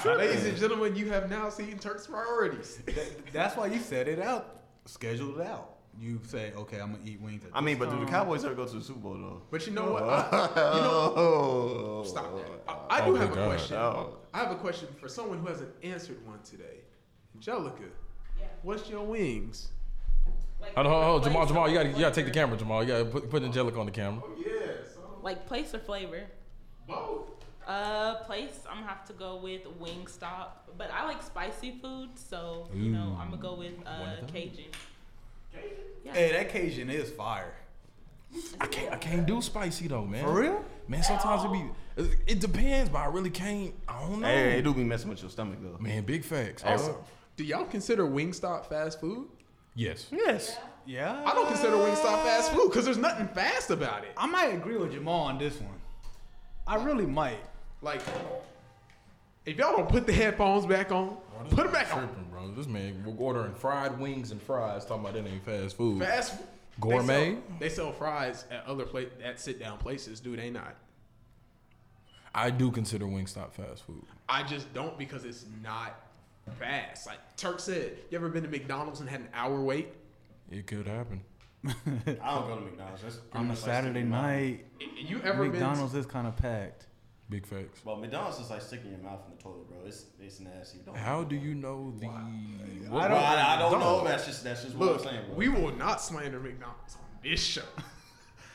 Speaker 1: Ladies and gentlemen, you have now seen Turk's priorities.
Speaker 5: That- that's why you set it out, scheduled it out. You say, okay, I'm gonna eat wings. At
Speaker 3: I mean, but do the Cowboys ever go to the Super Bowl though?
Speaker 1: But you know what? I, you know,
Speaker 3: Oh,
Speaker 1: stop that. I, I do
Speaker 2: Oh,
Speaker 1: have a
Speaker 2: good God.
Speaker 1: question.
Speaker 3: Oh.
Speaker 1: I have a question for someone who hasn't answered one today. Angelica,
Speaker 8: Yeah.
Speaker 1: what's your wings?
Speaker 8: Like,
Speaker 2: Hold on, hold on, hold on. Jamal,
Speaker 8: place
Speaker 2: Jamal,
Speaker 8: or
Speaker 2: you gotta, you gotta take the
Speaker 8: flavor?
Speaker 2: camera, Jamal. You gotta put, put Angelica on the camera.
Speaker 1: Yeah, so
Speaker 8: Like place or flavor?
Speaker 1: both.
Speaker 8: Uh, place I'm gonna have to go with Wingstop, but I like spicy food, so you know I'm gonna go with uh,
Speaker 2: Mm. them.
Speaker 8: Cajun. Yeah.
Speaker 5: hey, that Cajun is fire.
Speaker 2: I can't, I can't do spicy though, man.
Speaker 5: For real?
Speaker 2: Man, sometimes it be, it- it depends, but I really can't. I don't know.
Speaker 3: Hey, it do be messing with your stomach though.
Speaker 2: Man, big facts.
Speaker 3: Also-
Speaker 1: Do y'all consider Wingstop fast food?
Speaker 2: yes.
Speaker 3: Yes.
Speaker 5: Yeah.
Speaker 1: I don't consider Wingstop fast food because there's nothing fast about it.
Speaker 5: I might agree with Jamal on this one. I really might.
Speaker 1: Like, if y'all don't put the headphones back on, put them back on.
Speaker 2: Tripping, bro. This man ordering fried wings and fries, talking about that ain't fast food.
Speaker 1: Fast food.
Speaker 2: Gourmet?
Speaker 1: They sell, they sell fries at other place at sit down places, dude. They not.
Speaker 2: I do consider Wingstop fast food.
Speaker 1: I just don't because it's not fast. Like Turk said, you ever been to McDonald's and had an hour wait?
Speaker 2: It could happen.
Speaker 3: I don't go to McDonald's. That's
Speaker 5: On a Saturday night,
Speaker 1: You ever
Speaker 5: McDonald's is kind of packed.
Speaker 2: Big facts.
Speaker 3: Well, McDonald's is like sticking your mouth in the toilet, bro. It's it's nasty. Don't.
Speaker 2: How do you know the? What-
Speaker 3: I don't, I don't know. That's just that's just
Speaker 1: been to?
Speaker 3: what I'm saying, bro.
Speaker 1: Look, we will not slander McDonald's on this show.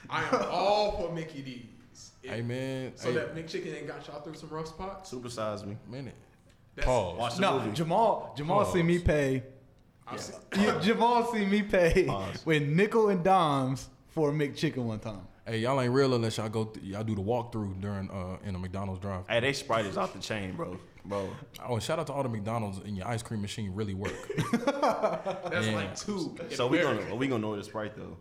Speaker 1: I am all for Mickey D's. If-
Speaker 2: Hey man.
Speaker 1: So
Speaker 2: hey,
Speaker 1: that McChicken ain't got y'all through some rough spots.
Speaker 3: Supersize me.
Speaker 2: minute.
Speaker 1: That's-
Speaker 2: Pause.
Speaker 3: Watch the
Speaker 5: No,
Speaker 3: movie.
Speaker 5: Jamal. Jamal see me pay.
Speaker 1: I've seen-
Speaker 5: Yeah, Jamal see me pay
Speaker 3: Pause.
Speaker 5: with nickel and dimes for a McChicken one time.
Speaker 2: Hey, y'all ain't real unless y'all go. Th- y'all do the walkthrough during uh in a McDonald's drive.
Speaker 3: Hey, they Sprite is off the chain, bro. Bro,
Speaker 2: Oh, shout out to all the McDonald's and your ice cream machine really work,
Speaker 1: That's
Speaker 2: Yeah.
Speaker 1: like two. in
Speaker 3: so we
Speaker 1: America.
Speaker 3: gonna we gonna know the Sprite though.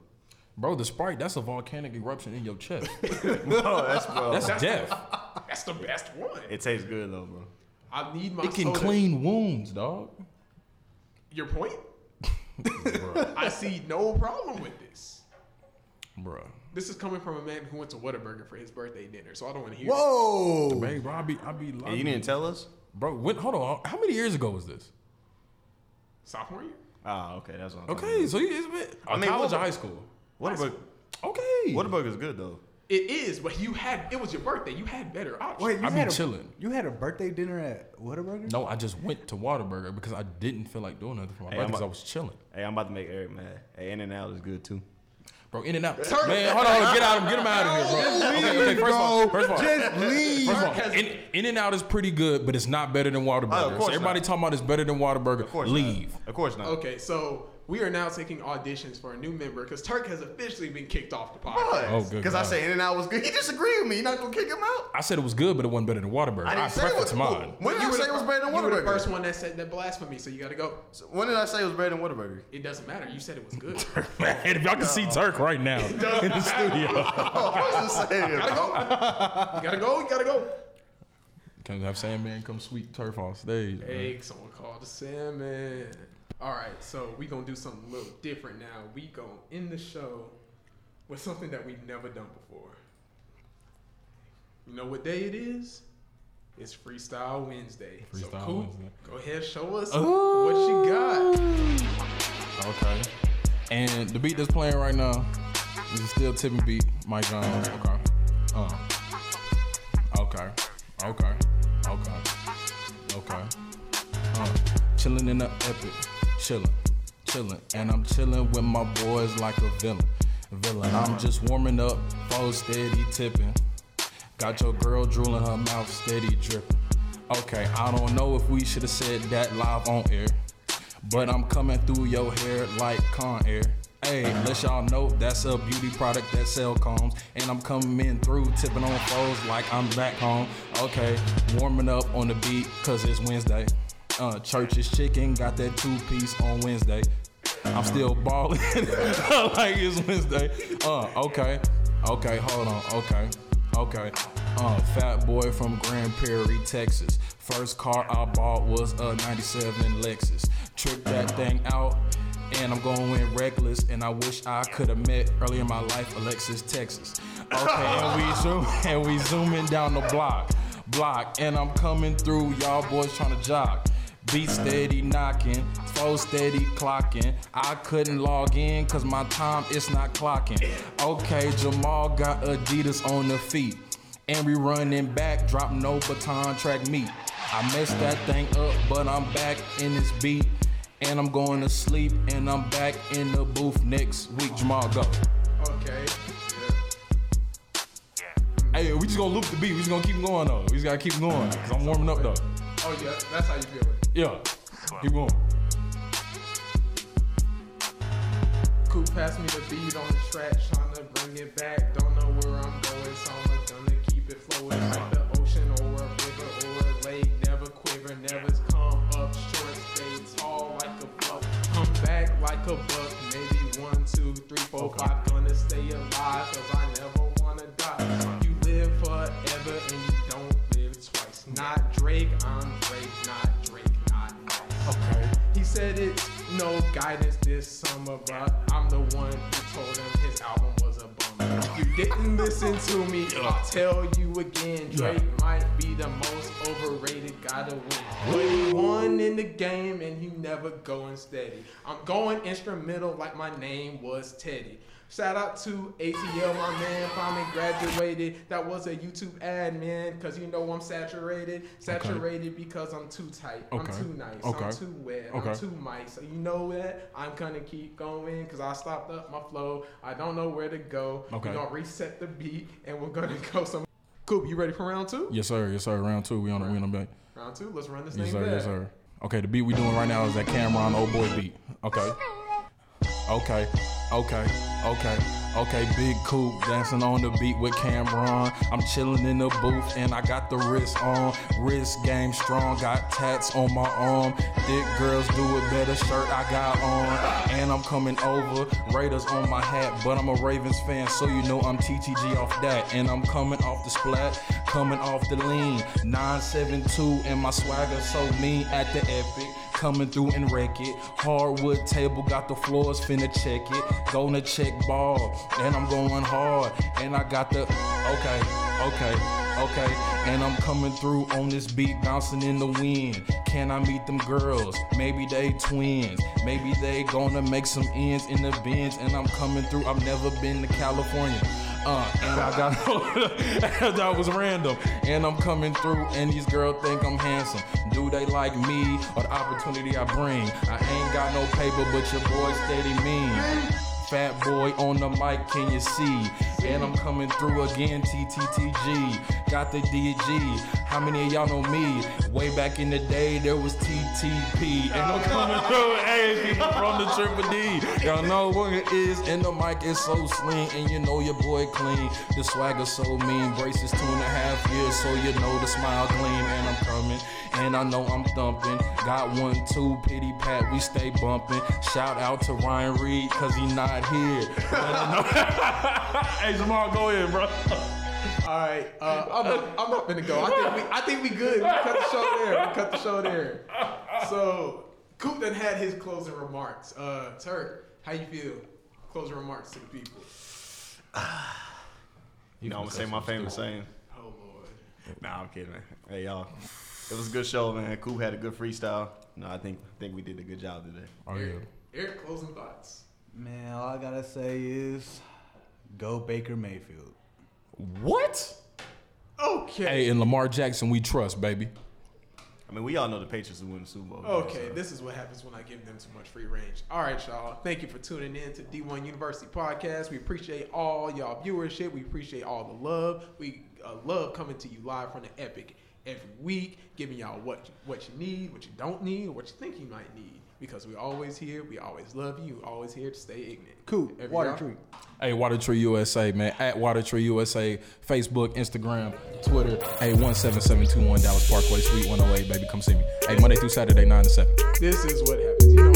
Speaker 2: bro. The Sprite, that's a volcanic eruption in your chest.
Speaker 3: No, that's bro.
Speaker 2: That's death.
Speaker 1: That's the best one.
Speaker 3: it tastes good though, bro.
Speaker 1: I need my.
Speaker 2: It can
Speaker 1: soda.
Speaker 2: clean wounds, dog.
Speaker 1: Your point?
Speaker 2: Bruh.
Speaker 1: I see no problem with this.
Speaker 2: Bruh.
Speaker 1: This is coming from a man who went to Whataburger for his birthday dinner, so I don't want to hear. it.
Speaker 5: Whoa!
Speaker 2: Babe, bro, I be, I be.
Speaker 3: And you didn't tell us?
Speaker 2: Bro, when, hold on. How many years ago was this?
Speaker 1: Sophomore year?
Speaker 3: Ah, okay, that's what I'm talking
Speaker 2: Okay, so you, it's been I
Speaker 3: mean,
Speaker 2: college
Speaker 3: what-
Speaker 2: or high school.
Speaker 3: about. Whataburger,
Speaker 2: Okay.
Speaker 3: Whataburger's good though.
Speaker 1: It is, but you had it was your birthday. You had better options.
Speaker 5: Wait, you
Speaker 2: I be
Speaker 5: had a,
Speaker 2: chilling.
Speaker 5: You had a birthday dinner at Whataburger?
Speaker 2: No, I just went to Waterburger because I didn't feel like doing nothing for my
Speaker 3: Hey,
Speaker 2: birthday
Speaker 3: I'm
Speaker 2: because
Speaker 3: a-
Speaker 2: I was chilling.
Speaker 3: Hey, I'm about to make Eric mad. Hey, In and Out is good too.
Speaker 2: Bro, in and out. Man, hold on, hold on, get out of him, get him out of here, bro. Okay, okay, first of all, first of all,
Speaker 5: Just leave.
Speaker 2: First of all, in, in and out is pretty good, but it's not better than
Speaker 3: Oh, of
Speaker 2: Waterburger.
Speaker 3: course
Speaker 2: so everybody
Speaker 3: not.
Speaker 2: talking about it's better than Waterburger.
Speaker 3: Of course not.
Speaker 2: Leave.
Speaker 3: Of course not.
Speaker 1: Okay, so we are now taking auditions for a new member because Turk has officially been kicked off the podcast.
Speaker 2: Oh, good
Speaker 3: Because I
Speaker 2: God.
Speaker 3: say In and Out was good. He disagreed with me. You're not gonna kick him out?
Speaker 2: I said it was good, but it wasn't better than Waterburger.
Speaker 3: I
Speaker 2: I,
Speaker 3: didn't say it
Speaker 2: preference
Speaker 3: was.
Speaker 2: mine.
Speaker 3: When did I say it was better than
Speaker 1: You were the first
Speaker 3: Whataburger?
Speaker 1: one that said that blasphemy, so you got to go.
Speaker 3: When did I say it was better than Whataburger?
Speaker 1: It doesn't matter. You said it was good.
Speaker 2: Man, if y'all can see Turk right now in the studio.
Speaker 3: Oh, I was just saying.
Speaker 1: gotta go. You gotta go. You gotta go.
Speaker 2: Can have Sandman come sweep Turf on stage. man.
Speaker 1: Hey, someone called the salmon. All right, so we gonna do something a little different now. We gonna end the show with something that we've never done before. You know what day it is? It's Freestyle Wednesday. so
Speaker 2: Freestyle
Speaker 1: cool.
Speaker 2: Wednesday. Oh.
Speaker 1: Go ahead, show us what you got.
Speaker 2: Okay. And the beat that's playing right now is a still tipping beat. Mike Jones. Okay. Uh. Okay. Okay. Okay. Okay. Uh. Chilling in the epic. Chilling. Chilling. And I'm chilling with my boys like a villain. Villain. I'm just warming up. Foes steady tipping. Got your girl drooling her mouth steady dripping. Okay, I don't know if we should have said that live on air. But I'm coming through your hair like Con Air. Hey, let y'all know that's a beauty product that sell combs. And I'm coming through tipping on foes like I'm back home. Okay, warming up on the beat cause it's Wednesday. Uh, Church's Chicken got that two piece on Wednesday. I'm still balling like it's Wednesday. Uh, okay, okay, hold on, okay, okay. Uh, fat boy from Grand Prairie, Texas. First car I bought was a '97 Lexus. Tricked that thing out, and I'm going reckless. And I wish I could have met early in my life Alexis, Texas. Okay, and we zoom and we zooming down the block, block, and I'm coming through. Y'all boys trying to jog. Beat steady knocking, foe steady clocking. I couldn't log in cause my time is not clocking. Okay, Jamal got Adidas on the feet. And we running back, drop no baton, track meet. I messed that thing up, but I'm back in this beat. And I'm going to sleep, and I'm back in the booth next week. Jamal, go.
Speaker 1: Okay.
Speaker 2: Hey, we just gonna loop the beat. We just gonna keep going though. We just gotta keep going. Cause I'm warming up though.
Speaker 1: Oh yeah, that's how you feel it.
Speaker 2: Yeah. Keep going.
Speaker 1: Cool, pass me the beat on the track, tryna bring it back. Don't know where I'm going, so I'm gonna keep it flowing like the ocean or a river or a lake. Never quiver, never come up short, stay tall like a buck. Come back like a buck, maybe one, two, three, four, five. Gonna stay alive, cause I never wanna die. You live forever and you don't live twice. Not Drake, I'm Drake, not Drake, not nice. Okay. He said it's no guidance this summer, but I'm the one who told him his album was a bummer. You didn't listen to me, I'll tell you again. Drake might be the most overrated guy to win. But he won in the game and he never going steady. I'm going instrumental like my name was Teddy. Shout out to ATL, my man, finally graduated. That was a YouTube ad, man, because you know I'm saturated. Saturated because I'm too tight.
Speaker 2: Okay.
Speaker 1: I'm too nice.
Speaker 2: Okay.
Speaker 1: I'm too wet.
Speaker 2: Okay.
Speaker 1: I'm too mice. uh, So you know that I'm gonna keep going because I stopped up my flow. I don't know where to go.
Speaker 2: Okay.
Speaker 1: We're gonna reset the beat and we're gonna go some. Coop, you ready for round two?
Speaker 2: Yes, sir. Yes, sir. Round two. We on the we on the back.
Speaker 1: Round two, let's run this
Speaker 2: Yes,
Speaker 1: thing
Speaker 2: sir.
Speaker 1: back.
Speaker 2: Yes, sir. Okay, the beat we doing right now is that Cameron Old Boy beat. Okay. Okay. Okay. Okay. Okay. Big Coop dancing on the beat with Cameron. I'm chilling in the booth and I got the wrist on. Wrist game strong. Got tats on my arm. Thick girls do it better. Shirt I got on. And I'm coming over. Raiders on my hat. But I'm a Ravens fan, so you know I'm TTG off that. And I'm coming off the splat. Coming off the lean. 972 and my swagger so mean at the epic coming through and wreck it. Hardwood table got the floors finna check it. Gonna check ball, and I'm going hard. And I got the okay, okay, okay. And I'm coming through on this beat, bouncing in the wind. Can I meet them girls? Maybe they twins. Maybe they gonna make some ends in the bins. And I'm coming through. I've never been to California. Uh, and I got that was random. And I'm coming through, and these girls think I'm handsome. Do they like me or the opportunity I bring? I ain't got no paper, but your boy steady mean. Fat boy on the mic, can you see? And I'm coming through again, TTTG. Got the DG. How many of y'all know me? Way back in the day, there was TTP. And I'm coming through, hey, people from the Triple D. Y'all know what it is, and the mic is so slim. And you know your boy clean. The swagger so mean. Braces two and a half years, so you know the smile gleam. And I'm coming, and I know I'm thumping. Got one, two, pity pat, we stay bumping. Shout out to Ryan Reed, cause he not here. Let him know- hey, Jamal, go in, bro.
Speaker 1: All right, uh, I'm, not, I'm not gonna go. I think we, I think we good. We cut the show there. We cut the show there. So Coop then had his closing remarks. Uh, Turk, how you feel? Closing remarks to the people.
Speaker 3: You know, I'm gonna say my famous saying.
Speaker 1: Oh Lord.
Speaker 3: Nah, I'm kidding, man. Hey, y'all. It was a good show, man. Coop had a good freestyle. No, I think I think we did a good job today.
Speaker 2: Oh, yeah.
Speaker 1: Eric, Eric, closing thoughts.
Speaker 5: Man, all I gotta say is, go Baker Mayfield.
Speaker 2: What?
Speaker 1: Okay.
Speaker 2: Hey, and Lamar Jackson, we trust, baby.
Speaker 3: I mean, we all know the Patriots will win the Super Bowl. man,
Speaker 1: Okay,
Speaker 3: so-
Speaker 1: this is what happens when I give them too much free range. All right, y'all. Thank you for tuning in to D1 University Podcast. We appreciate all y'all viewership. We appreciate all the love. We uh, love coming to you live from the epic every week, giving y'all what what you need, what you don't need, what you think you might need. Because we always here, we always love you, always here to stay ignorant.
Speaker 5: Cool.
Speaker 1: Every
Speaker 5: Water
Speaker 1: y'all-
Speaker 5: treat.
Speaker 2: Hey, Water Tree USA, man. At Water Tree USA, Facebook, Instagram, Twitter. Hey, oh 17721 Dallas Parkway, Suite 108, baby. Come see me. Hey, Monday through Saturday, 9 to 7.
Speaker 1: This is what happens. You know